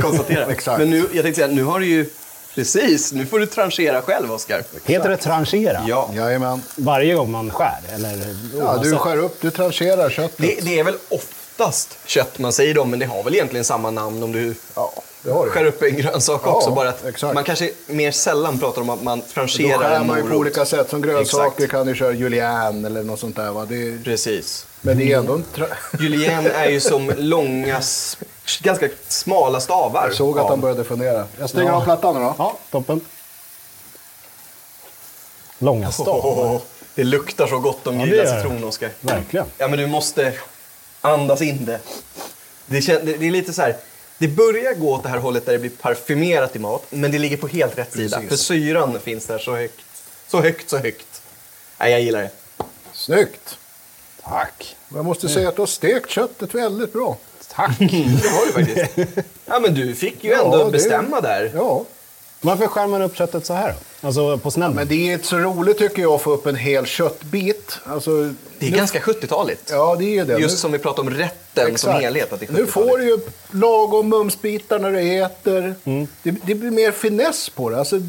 Speaker 5: konstaterade.
Speaker 4: Exakt.
Speaker 5: Men nu, jag tänkte säga, nu har du ju... Precis, nu får du tranchera själv Oscar.
Speaker 2: Heter det tranchera?
Speaker 5: Ja. Alltså-
Speaker 4: Jajamän.
Speaker 2: Varje gång man skär? Eller
Speaker 4: Ja, du
Speaker 2: oavsett?
Speaker 4: skär upp, du trancherar köttet.
Speaker 5: Det, det är väl oftast kött man säger då, men det har väl egentligen samma namn om du
Speaker 4: Ja, det har du.
Speaker 5: skär upp en grönsak
Speaker 4: Ja,
Speaker 5: också. Bara att
Speaker 4: exakt.
Speaker 5: man kanske mer sällan pratar om att man
Speaker 4: Då
Speaker 5: trancherar
Speaker 4: skär
Speaker 5: en
Speaker 4: man ju på
Speaker 5: morot.
Speaker 4: olika sätt. Som grönsaker
Speaker 5: Exakt.
Speaker 4: kan du köra julienne eller något sånt där. Va? Det är,
Speaker 5: Precis.
Speaker 4: men det är ändå en tra-
Speaker 5: Julienne är ju som långa, s- ganska smala stavar.
Speaker 4: Jag såg att han började fundera. Jag stänger av plattan nu då.
Speaker 2: Ja, toppen. Långa stav.
Speaker 5: Åh, det luktar så gott om
Speaker 2: det
Speaker 5: grillad
Speaker 2: gör det.
Speaker 5: citron, Oskar.
Speaker 2: Verkligen.
Speaker 5: Ja, men du måste andas in det. Det, kän- det, det är lite så här. Det börjar gå åt det här hållet där det blir parfymerat i mat, men det ligger på helt rätt sida.
Speaker 4: Precis.
Speaker 5: För syran finns där så högt. Så högt, så högt. Nej, jag gillar det.
Speaker 4: Snyggt!
Speaker 2: Tack.
Speaker 4: Jag måste säga att du har stekt köttet väldigt bra.
Speaker 2: Tack.
Speaker 5: Det har du faktiskt. Ja, men du fick ju
Speaker 4: Ja,
Speaker 5: ändå
Speaker 4: det-
Speaker 5: bestämma där.
Speaker 4: Ja,
Speaker 2: Varför skär man upp köttet så här då? Alltså på snedden?
Speaker 4: men det är inte så roligt tycker jag att få upp en hel köttbit. Alltså,
Speaker 5: Det är ganska 70-taligt.
Speaker 4: ja, det är ju det.
Speaker 5: Just
Speaker 4: Nu-
Speaker 5: som vi pratade om rätten som
Speaker 4: Exakt.
Speaker 5: helhet. Att det är
Speaker 4: Nu
Speaker 5: 70-talet.
Speaker 4: får du ju lagom mumsbitar när du äter.
Speaker 5: Mm.
Speaker 4: Det, det blir mer finess på det. Alltså,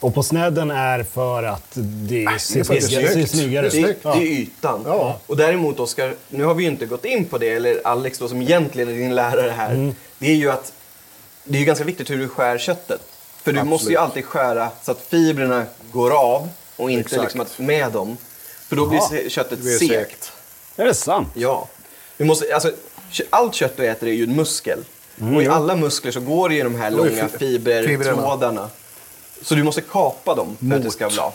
Speaker 2: Och på snedden är för att det ser, det
Speaker 4: faktiskt
Speaker 2: ser, ser
Speaker 4: snyggt.
Speaker 2: snyggare
Speaker 4: Det är
Speaker 2: ut.
Speaker 4: snyggt.
Speaker 5: Det är ytan.
Speaker 4: Ja.
Speaker 5: Och däremot Oskar, nu har vi ju inte gått in på det, eller Alex då som egentligen är din lärare här.
Speaker 4: Mm.
Speaker 5: Det är ju att det är ju ganska viktigt hur du skär köttet. För du måste ju alltid skära så att fibrerna går av och inte
Speaker 4: Exakt.
Speaker 5: liksom att med dem. För då blir se- köttet
Speaker 4: blir
Speaker 5: segt.
Speaker 4: segt.
Speaker 2: Är det sant?
Speaker 5: Ja. Du måste, alltså, kö- allt kött du äter är ju en muskel.
Speaker 4: Mm,
Speaker 5: och i alla muskler så går det ju de här
Speaker 4: är
Speaker 5: långa
Speaker 4: fi-
Speaker 5: fibertrådarna. Så du måste kapa dem för att det ska bla,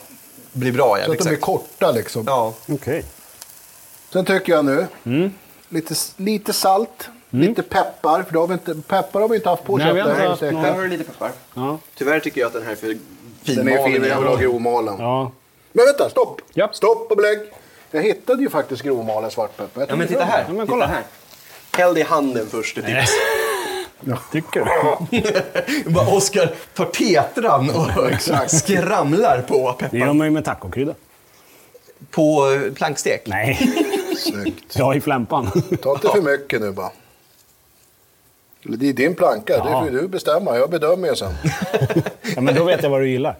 Speaker 5: bli bra. Ja,
Speaker 4: så att de blir
Speaker 5: exakt.
Speaker 4: korta liksom.
Speaker 5: Ja. Mm.
Speaker 2: Okej.
Speaker 4: Sen tycker jag nu, lite, lite salt, lite peppar. För det har vi inte, peppar har vi inte haft på
Speaker 2: Nej, vi har inte
Speaker 4: köttet.
Speaker 2: haft
Speaker 4: Det är
Speaker 2: någon.
Speaker 5: Här
Speaker 4: säkert.
Speaker 5: har du lite peppar.
Speaker 2: Ja.
Speaker 5: Tyvärr tycker jag att den här är för
Speaker 4: Den är fin,
Speaker 5: finmalen.
Speaker 4: jag vill ha grovmalen.
Speaker 2: ja.
Speaker 4: Men vänta, stopp!
Speaker 2: Ja.
Speaker 4: Stopp och belägg! Jag hittade ju faktiskt grovmalen svartpeppar. Jag
Speaker 5: Ja,
Speaker 4: tog
Speaker 5: men titta
Speaker 4: fram
Speaker 5: här.
Speaker 2: Ja, men kolla.
Speaker 5: Titta här. Häll det i handen först. Typ.
Speaker 2: Tycker du?
Speaker 5: Bara Oskar tar tetran och skramlar på
Speaker 2: Det
Speaker 5: peppar.
Speaker 2: gör man ju med tacokrydda.
Speaker 5: På eh, plankstek.
Speaker 2: Nej,
Speaker 4: den. Snyggt.
Speaker 2: jag i flämpan.
Speaker 4: Ta inte för mycket nu bara. Eller Det är din planka,
Speaker 2: Ja.
Speaker 4: det får du bestämma. Jag bedömer ju sen.
Speaker 2: Ja, men då vet jag vad du gillar.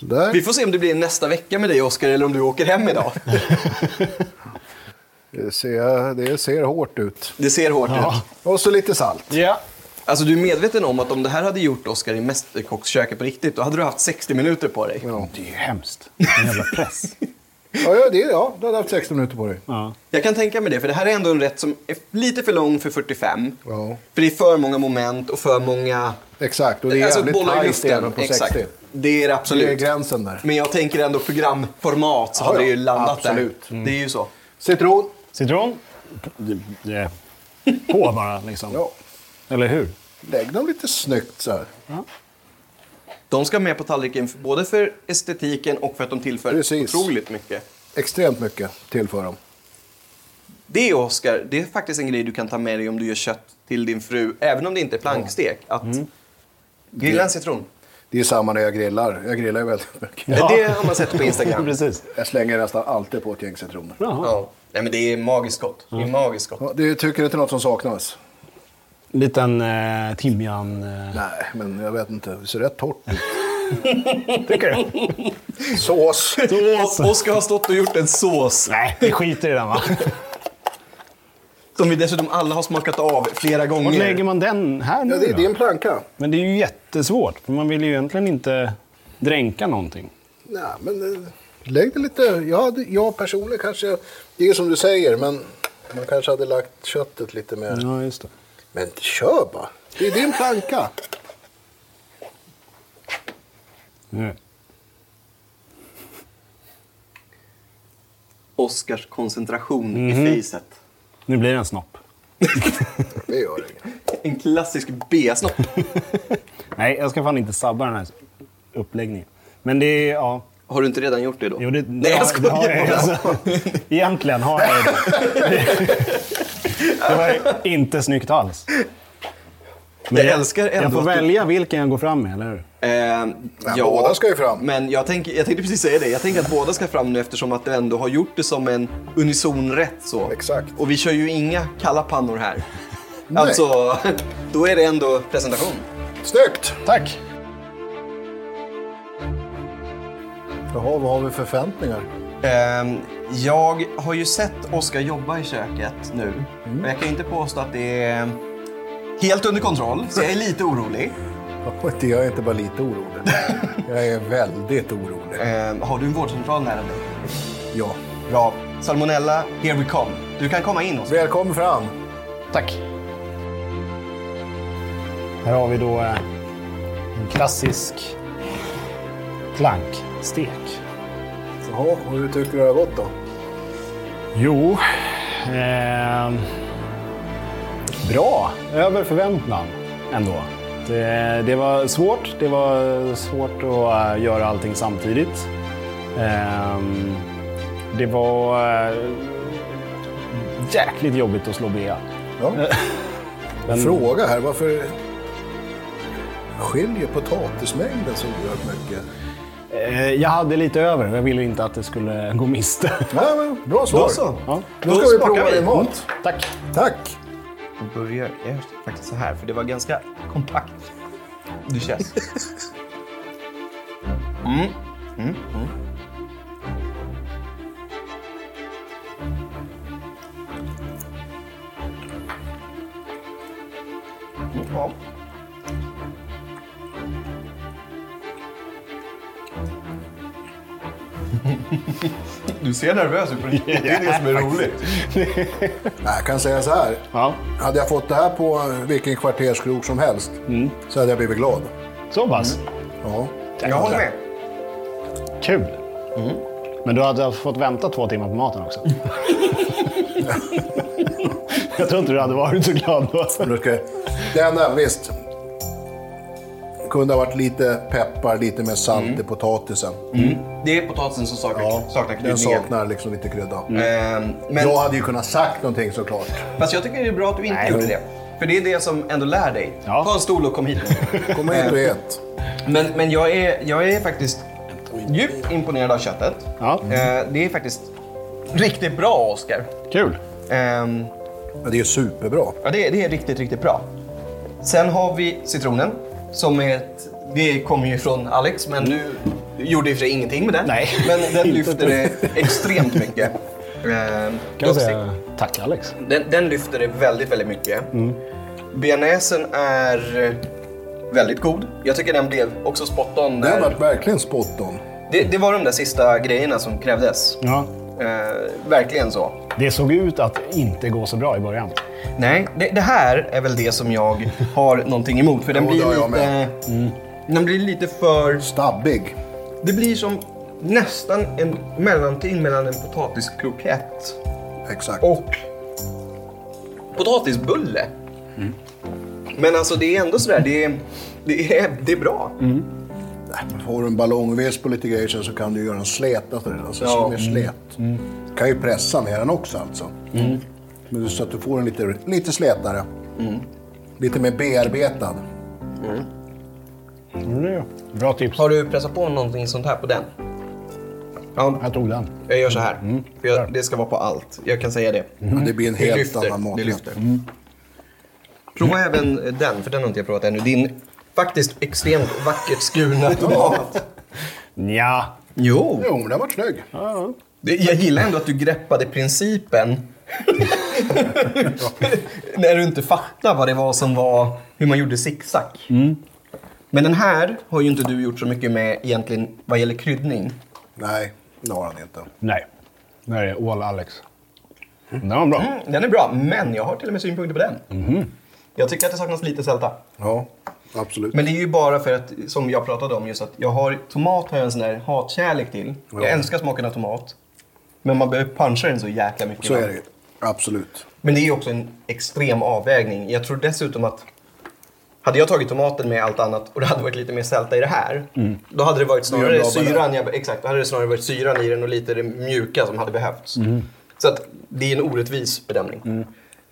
Speaker 5: Vi
Speaker 4: Sådär.
Speaker 5: får se om det blir nästa vecka med dig Oskar eller om du åker hem idag.
Speaker 4: Det ser, det ser hårt ut.
Speaker 5: Det ser hårt ut.
Speaker 4: Och så lite salt.
Speaker 2: Ja.
Speaker 5: Alltså du är medveten om att om det här hade gjort Oskar i Mästerkocksköket på riktigt, då hade du haft 60 minuter på dig.
Speaker 4: Ja,
Speaker 2: Det är ju hemskt. En jävla press.
Speaker 4: ja, ja, det, ja du hade haft 16 minuter på dig.
Speaker 2: Ja.
Speaker 5: Jag kan tänka mig det, för det här är ändå en rätt som är lite för lång för 45.
Speaker 4: Ja.
Speaker 5: För det är för många moment och för många...
Speaker 4: Exakt, och det är jävligt
Speaker 5: Alltså, bollar i
Speaker 4: tajt även på 60.
Speaker 5: Det är det absolut.
Speaker 4: Det är gränsen där.
Speaker 5: Men jag tänker ändå programformat så
Speaker 4: Ja,
Speaker 5: hade det ju
Speaker 4: ja.
Speaker 5: landat
Speaker 4: Absolut. Mm.
Speaker 5: där. Det är ju så.
Speaker 4: Citron.
Speaker 2: Citron? Det- det- På bara liksom.
Speaker 4: Ja.
Speaker 2: Eller hur?
Speaker 4: Lägg dem lite snyggt så här.
Speaker 5: De ska med på tallriken för- både för estetiken och för att de tillför
Speaker 4: Precis.
Speaker 5: otroligt mycket.
Speaker 4: Extremt mycket tillför dem.
Speaker 5: Det, Oskar, det är faktiskt en grej du kan ta med dig om du gör kött till din fru, även om det inte är plankstek. Att Grilla en citron.
Speaker 4: Mm. Det är samma när jag grillar. Jag grillar ju väldigt mycket.
Speaker 5: Det har man sett på Instagram.
Speaker 2: Precis.
Speaker 4: Jag slänger nästan alltid på ett gäng citroner.
Speaker 2: Jaha.
Speaker 5: Ja. Nej, men det är magiskt gott. Det är magiskt gott.
Speaker 4: Ja, du tycker inte något som saknas?
Speaker 2: Liten eh, timjan... Eh.
Speaker 4: Nej, men jag vet inte. Det ser rätt torrt ut.
Speaker 2: Tycker du?
Speaker 4: Sås.
Speaker 2: Sås.
Speaker 5: Och Oskar har stått och gjort en sås
Speaker 2: Nej, vi skiter i den va?
Speaker 5: som vi dessutom alla har smakat av flera
Speaker 2: Var lägger
Speaker 5: gånger.
Speaker 2: man den här nu
Speaker 4: Ja, det är
Speaker 2: då?
Speaker 4: din planka.
Speaker 2: Men det är ju jättesvårt, för man vill ju egentligen inte dränka någonting.
Speaker 4: Nej, men eh, lägg det lite... Jag, hade, jag personligen kanske... Det är ju som du säger, men man kanske hade lagt köttet lite mer...
Speaker 2: Ja, just det.
Speaker 4: Men kör bara. Det är din planka.
Speaker 2: Nu.
Speaker 5: Oskars koncentration i fejset.
Speaker 2: Mhm. Nu blir det en snopp.
Speaker 4: Det gör inget.
Speaker 5: En klassisk B-snopp.
Speaker 2: Nej, jag ska fan inte sabba den här uppläggningen. Men det är, ja.
Speaker 5: Har du inte redan gjort det då?
Speaker 2: Jo, det,
Speaker 5: Nej, jag skojar
Speaker 2: det har jag ju,
Speaker 5: bara.
Speaker 2: alltså. Egentligen har jag ju det. Det var inte snyggt alls. Men
Speaker 5: Jag älskar ändå
Speaker 2: Jag får
Speaker 5: att du-
Speaker 2: välja vilken jag går fram med, eller hur?
Speaker 5: Eh, ja,
Speaker 4: båda ska ju fram.
Speaker 5: Men jag, tänk, jag tänkte precis säga det. Jag tänker att båda ska fram nu eftersom att du ändå har gjort det som en unison rätt. Så.
Speaker 4: Exakt.
Speaker 5: Och vi kör ju inga kalla pannor här. Alltså, då är det ändå presentation.
Speaker 4: Snyggt!
Speaker 2: Tack!
Speaker 4: Jaha, vad har vi för förväntningar?
Speaker 5: Ehm, jag har ju sett Oskar jobba i köket nu.
Speaker 4: Mm.
Speaker 5: Och jag kan ju inte påstå att det är helt under kontroll, så jag är lite orolig.
Speaker 4: Ja, det- Jag är inte bara lite orolig. Jag är väldigt orolig.
Speaker 5: Ehm, har du en vårdcentral nära dig?
Speaker 4: Ja.
Speaker 5: Bra. Salmonella, here we come. Du kan komma in, Oskar.
Speaker 4: Välkommen fram.
Speaker 2: Tack.
Speaker 6: Här har vi då eh, en klassisk plankstek.
Speaker 4: Jaha, och hur tycker du det har gått då?
Speaker 2: Jo. ehm, bra. Över förväntan ändå. Det, det var svårt. Det var svårt att eh, göra allting samtidigt. Ehm, det var eh, jäkligt jobbigt att slå bea.
Speaker 4: Ja. En fråga här, varför skiljer potatismängden så oerhört mycket?
Speaker 2: Eh, jag hade lite över och jag ville inte att det skulle gå miste.
Speaker 4: Ja, men, bra svar.
Speaker 5: Då så.
Speaker 2: Ja.
Speaker 4: Då ska vi
Speaker 5: smakar
Speaker 4: prova
Speaker 5: vi.
Speaker 4: din mat.
Speaker 2: Tack.
Speaker 4: Tack.
Speaker 5: Vi börjar jag gör faktiskt så här, för det var ganska kompakt. Du känns. Mm. Mm. Mm. Mm, Ja. Du ser nervös ut. på din- Det är det som är roligt.
Speaker 4: Jag kan säga så här.
Speaker 2: Ja.
Speaker 4: Hade jag fått det här på vilken kvarterskrog som helst så hade jag blivit glad.
Speaker 2: Så pass.
Speaker 4: Ja.
Speaker 5: Jag håller med.
Speaker 2: Kul. Mm. Men du hade fått vänta två timmar på maten också. jag tror inte du hade varit så glad då.
Speaker 4: Men då ska- Det enda, visst. Kunde ha varit lite peppar, lite mer salt i potatisen.
Speaker 5: Det är potatisen som saknar, saknar kryddningen.
Speaker 4: Den saknar liksom lite krydda.
Speaker 5: Ehm, men,
Speaker 4: Jag hade ju kunnat sagt någonting såklart.
Speaker 5: Fast jag tycker det är bra att du inte
Speaker 2: Nej.
Speaker 5: gjorde det. För det är det som ändå lär dig.
Speaker 2: Ja.
Speaker 5: Ta en stol och kom hit.
Speaker 4: Kom hit och ät.
Speaker 5: men men jag, är, jag är faktiskt djupt imponerad av köttet.
Speaker 2: Ja.
Speaker 5: Ehm, det är faktiskt riktigt bra, Oscar.
Speaker 2: Kul.
Speaker 5: Ehm,
Speaker 4: Ja, Det är ju superbra.
Speaker 5: ja, det, är- det är riktigt, riktigt bra. Sen har vi citronen. Som är ett, det kommer ju från Alex, men du gjorde ju för sig ingenting med den.
Speaker 2: Nej,
Speaker 5: men den
Speaker 2: inte
Speaker 5: lyfter det extremt mycket. Ehm,
Speaker 2: Kan jag
Speaker 5: duktig.
Speaker 2: säga tack Alex.
Speaker 5: Den, den lyfter det väldigt, väldigt mycket.
Speaker 4: Mm.
Speaker 5: Bearnaisen är eh, väldigt god. Jag tycker den blev också spot on.
Speaker 4: Det har
Speaker 5: När,
Speaker 4: varit verkligen spot on.
Speaker 5: det, det var de där sista grejerna som krävdes.
Speaker 2: Ja.
Speaker 4: Mm.
Speaker 5: Eh, verkligen så.
Speaker 2: Det såg ut att inte gå så bra i början.
Speaker 5: Nej, det, det här är väl det som jag har någonting emot. För den
Speaker 4: Jo,
Speaker 5: blir
Speaker 4: det har jag
Speaker 5: lite... Mm. Den blir lite för...
Speaker 4: Stabbig.
Speaker 5: Det blir som nästan en mellanting mellan en potatiskrokett
Speaker 4: Exakt.
Speaker 5: och potatisbulle. Men alltså det är ändå sådär, det är, det är, det är bra.
Speaker 4: Får du en ballongvisp och lite grejer sen så kan du göra en släta till den. Alltså,
Speaker 5: Ja.
Speaker 4: som är slät. Kan ju pressa med den också alltså. Men det är så att du får en lite, lite slätare. Mm. Lite mer bearbetad.
Speaker 2: Mm, Bra tips.
Speaker 5: Har du pressat på någonting sånt här på den? Ja,
Speaker 2: Jag tog den.
Speaker 5: jag gör så här. För jag, det ska vara på allt. Jag kan säga det.
Speaker 4: Mm. Det blir en
Speaker 5: Det
Speaker 4: helt annan
Speaker 5: lyfter.
Speaker 4: mat.
Speaker 5: Det lyfter. Prova även den, för den har inte jag provat ännu. Din faktiskt extremt vackert skurna tomat.
Speaker 2: Ja.
Speaker 5: Jo,
Speaker 4: Jo, men den var snygg.
Speaker 5: Det- Jag gillar ändå att du greppade principen. När du inte fattar vad det var som var, hur man gjorde zigzag. Men den här har ju inte du gjort så mycket med egentligen vad gäller kryddning.
Speaker 4: Nej, det har han inte.
Speaker 2: Nej. Det här är All Alex. Den var bra.
Speaker 5: Den är bra, men jag har till och med synpunkter på den. Jag tycker att det saknas lite sälta.
Speaker 4: Ja, absolut.
Speaker 5: Men det är ju bara för att, som jag pratade om, just att jag har, tomat har jag en sån där hatkärlek till. Jag
Speaker 4: Ja.
Speaker 5: älskar smaken av tomat. Men man behöver puncha den så jäkla mycket.
Speaker 4: så
Speaker 5: va?
Speaker 4: är det ju. Absolut.
Speaker 5: Men det är ju också en extrem avvägning. Jag tror dessutom att hade jag tagit tomaten med allt annat och det hade varit lite mer sälta i det här, Mm. då hade det varit snarare
Speaker 4: bra balans.
Speaker 5: syran, jag, exakt, då hade det snarare varit syran i den och lite det mjuka som hade behövts. Så att det är en orättvis bedömning.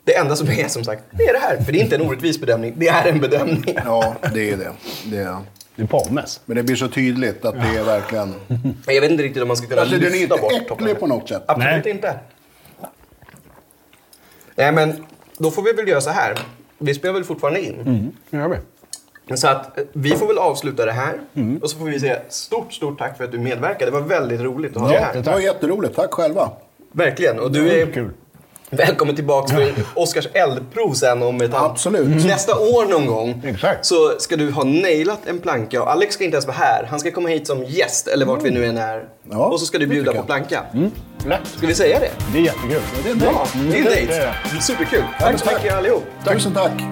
Speaker 5: Det enda som är som sagt, det är det här. För det är inte en orättvis bedömning, det är en bedömning.
Speaker 4: Ja, det är det. det är.
Speaker 2: Det är pommes.
Speaker 4: Men det blir så tydligt att det är verkligen...
Speaker 5: Men jag vet inte riktigt om man ska kunna
Speaker 4: Alltså, den är
Speaker 5: lyfta
Speaker 4: inte
Speaker 5: bort
Speaker 4: äcklig på något sätt.
Speaker 5: Absolut
Speaker 2: Nej.
Speaker 5: inte. Nej, men då får vi väl göra så här. Vi spelar väl fortfarande in.
Speaker 2: Det gör vi.
Speaker 5: Så att eh, vi får väl avsluta det här. Och så får vi säga stort, stort tack för att du medverkade. Det var väldigt roligt att ha dig
Speaker 4: Det
Speaker 5: här.
Speaker 4: var jätteroligt. Tack själva.
Speaker 5: Verkligen. Och du är
Speaker 2: Kul.
Speaker 5: välkommen tillbaka för Oscars eldprov sen om ett tag.
Speaker 4: Absolut.
Speaker 5: Nästa år någon gång
Speaker 2: Exakt.
Speaker 5: så ska du ha nailat en planka. Och Alex ska inte ens vara här. Han ska komma hit som gäst eller vart vi nu än är.
Speaker 4: Ja,
Speaker 5: och så ska du bjuda
Speaker 4: tycker
Speaker 5: på
Speaker 4: jag.
Speaker 5: planka.
Speaker 2: Lätt.
Speaker 5: Ska vi säga det?
Speaker 2: Det är jättekul. Mm.
Speaker 4: Det är en
Speaker 5: Ja,
Speaker 4: dejt.
Speaker 5: det är en
Speaker 2: det är
Speaker 5: dejt. Superkul. Tack så
Speaker 4: tack.
Speaker 5: mycket allihop.
Speaker 4: Tusen tack.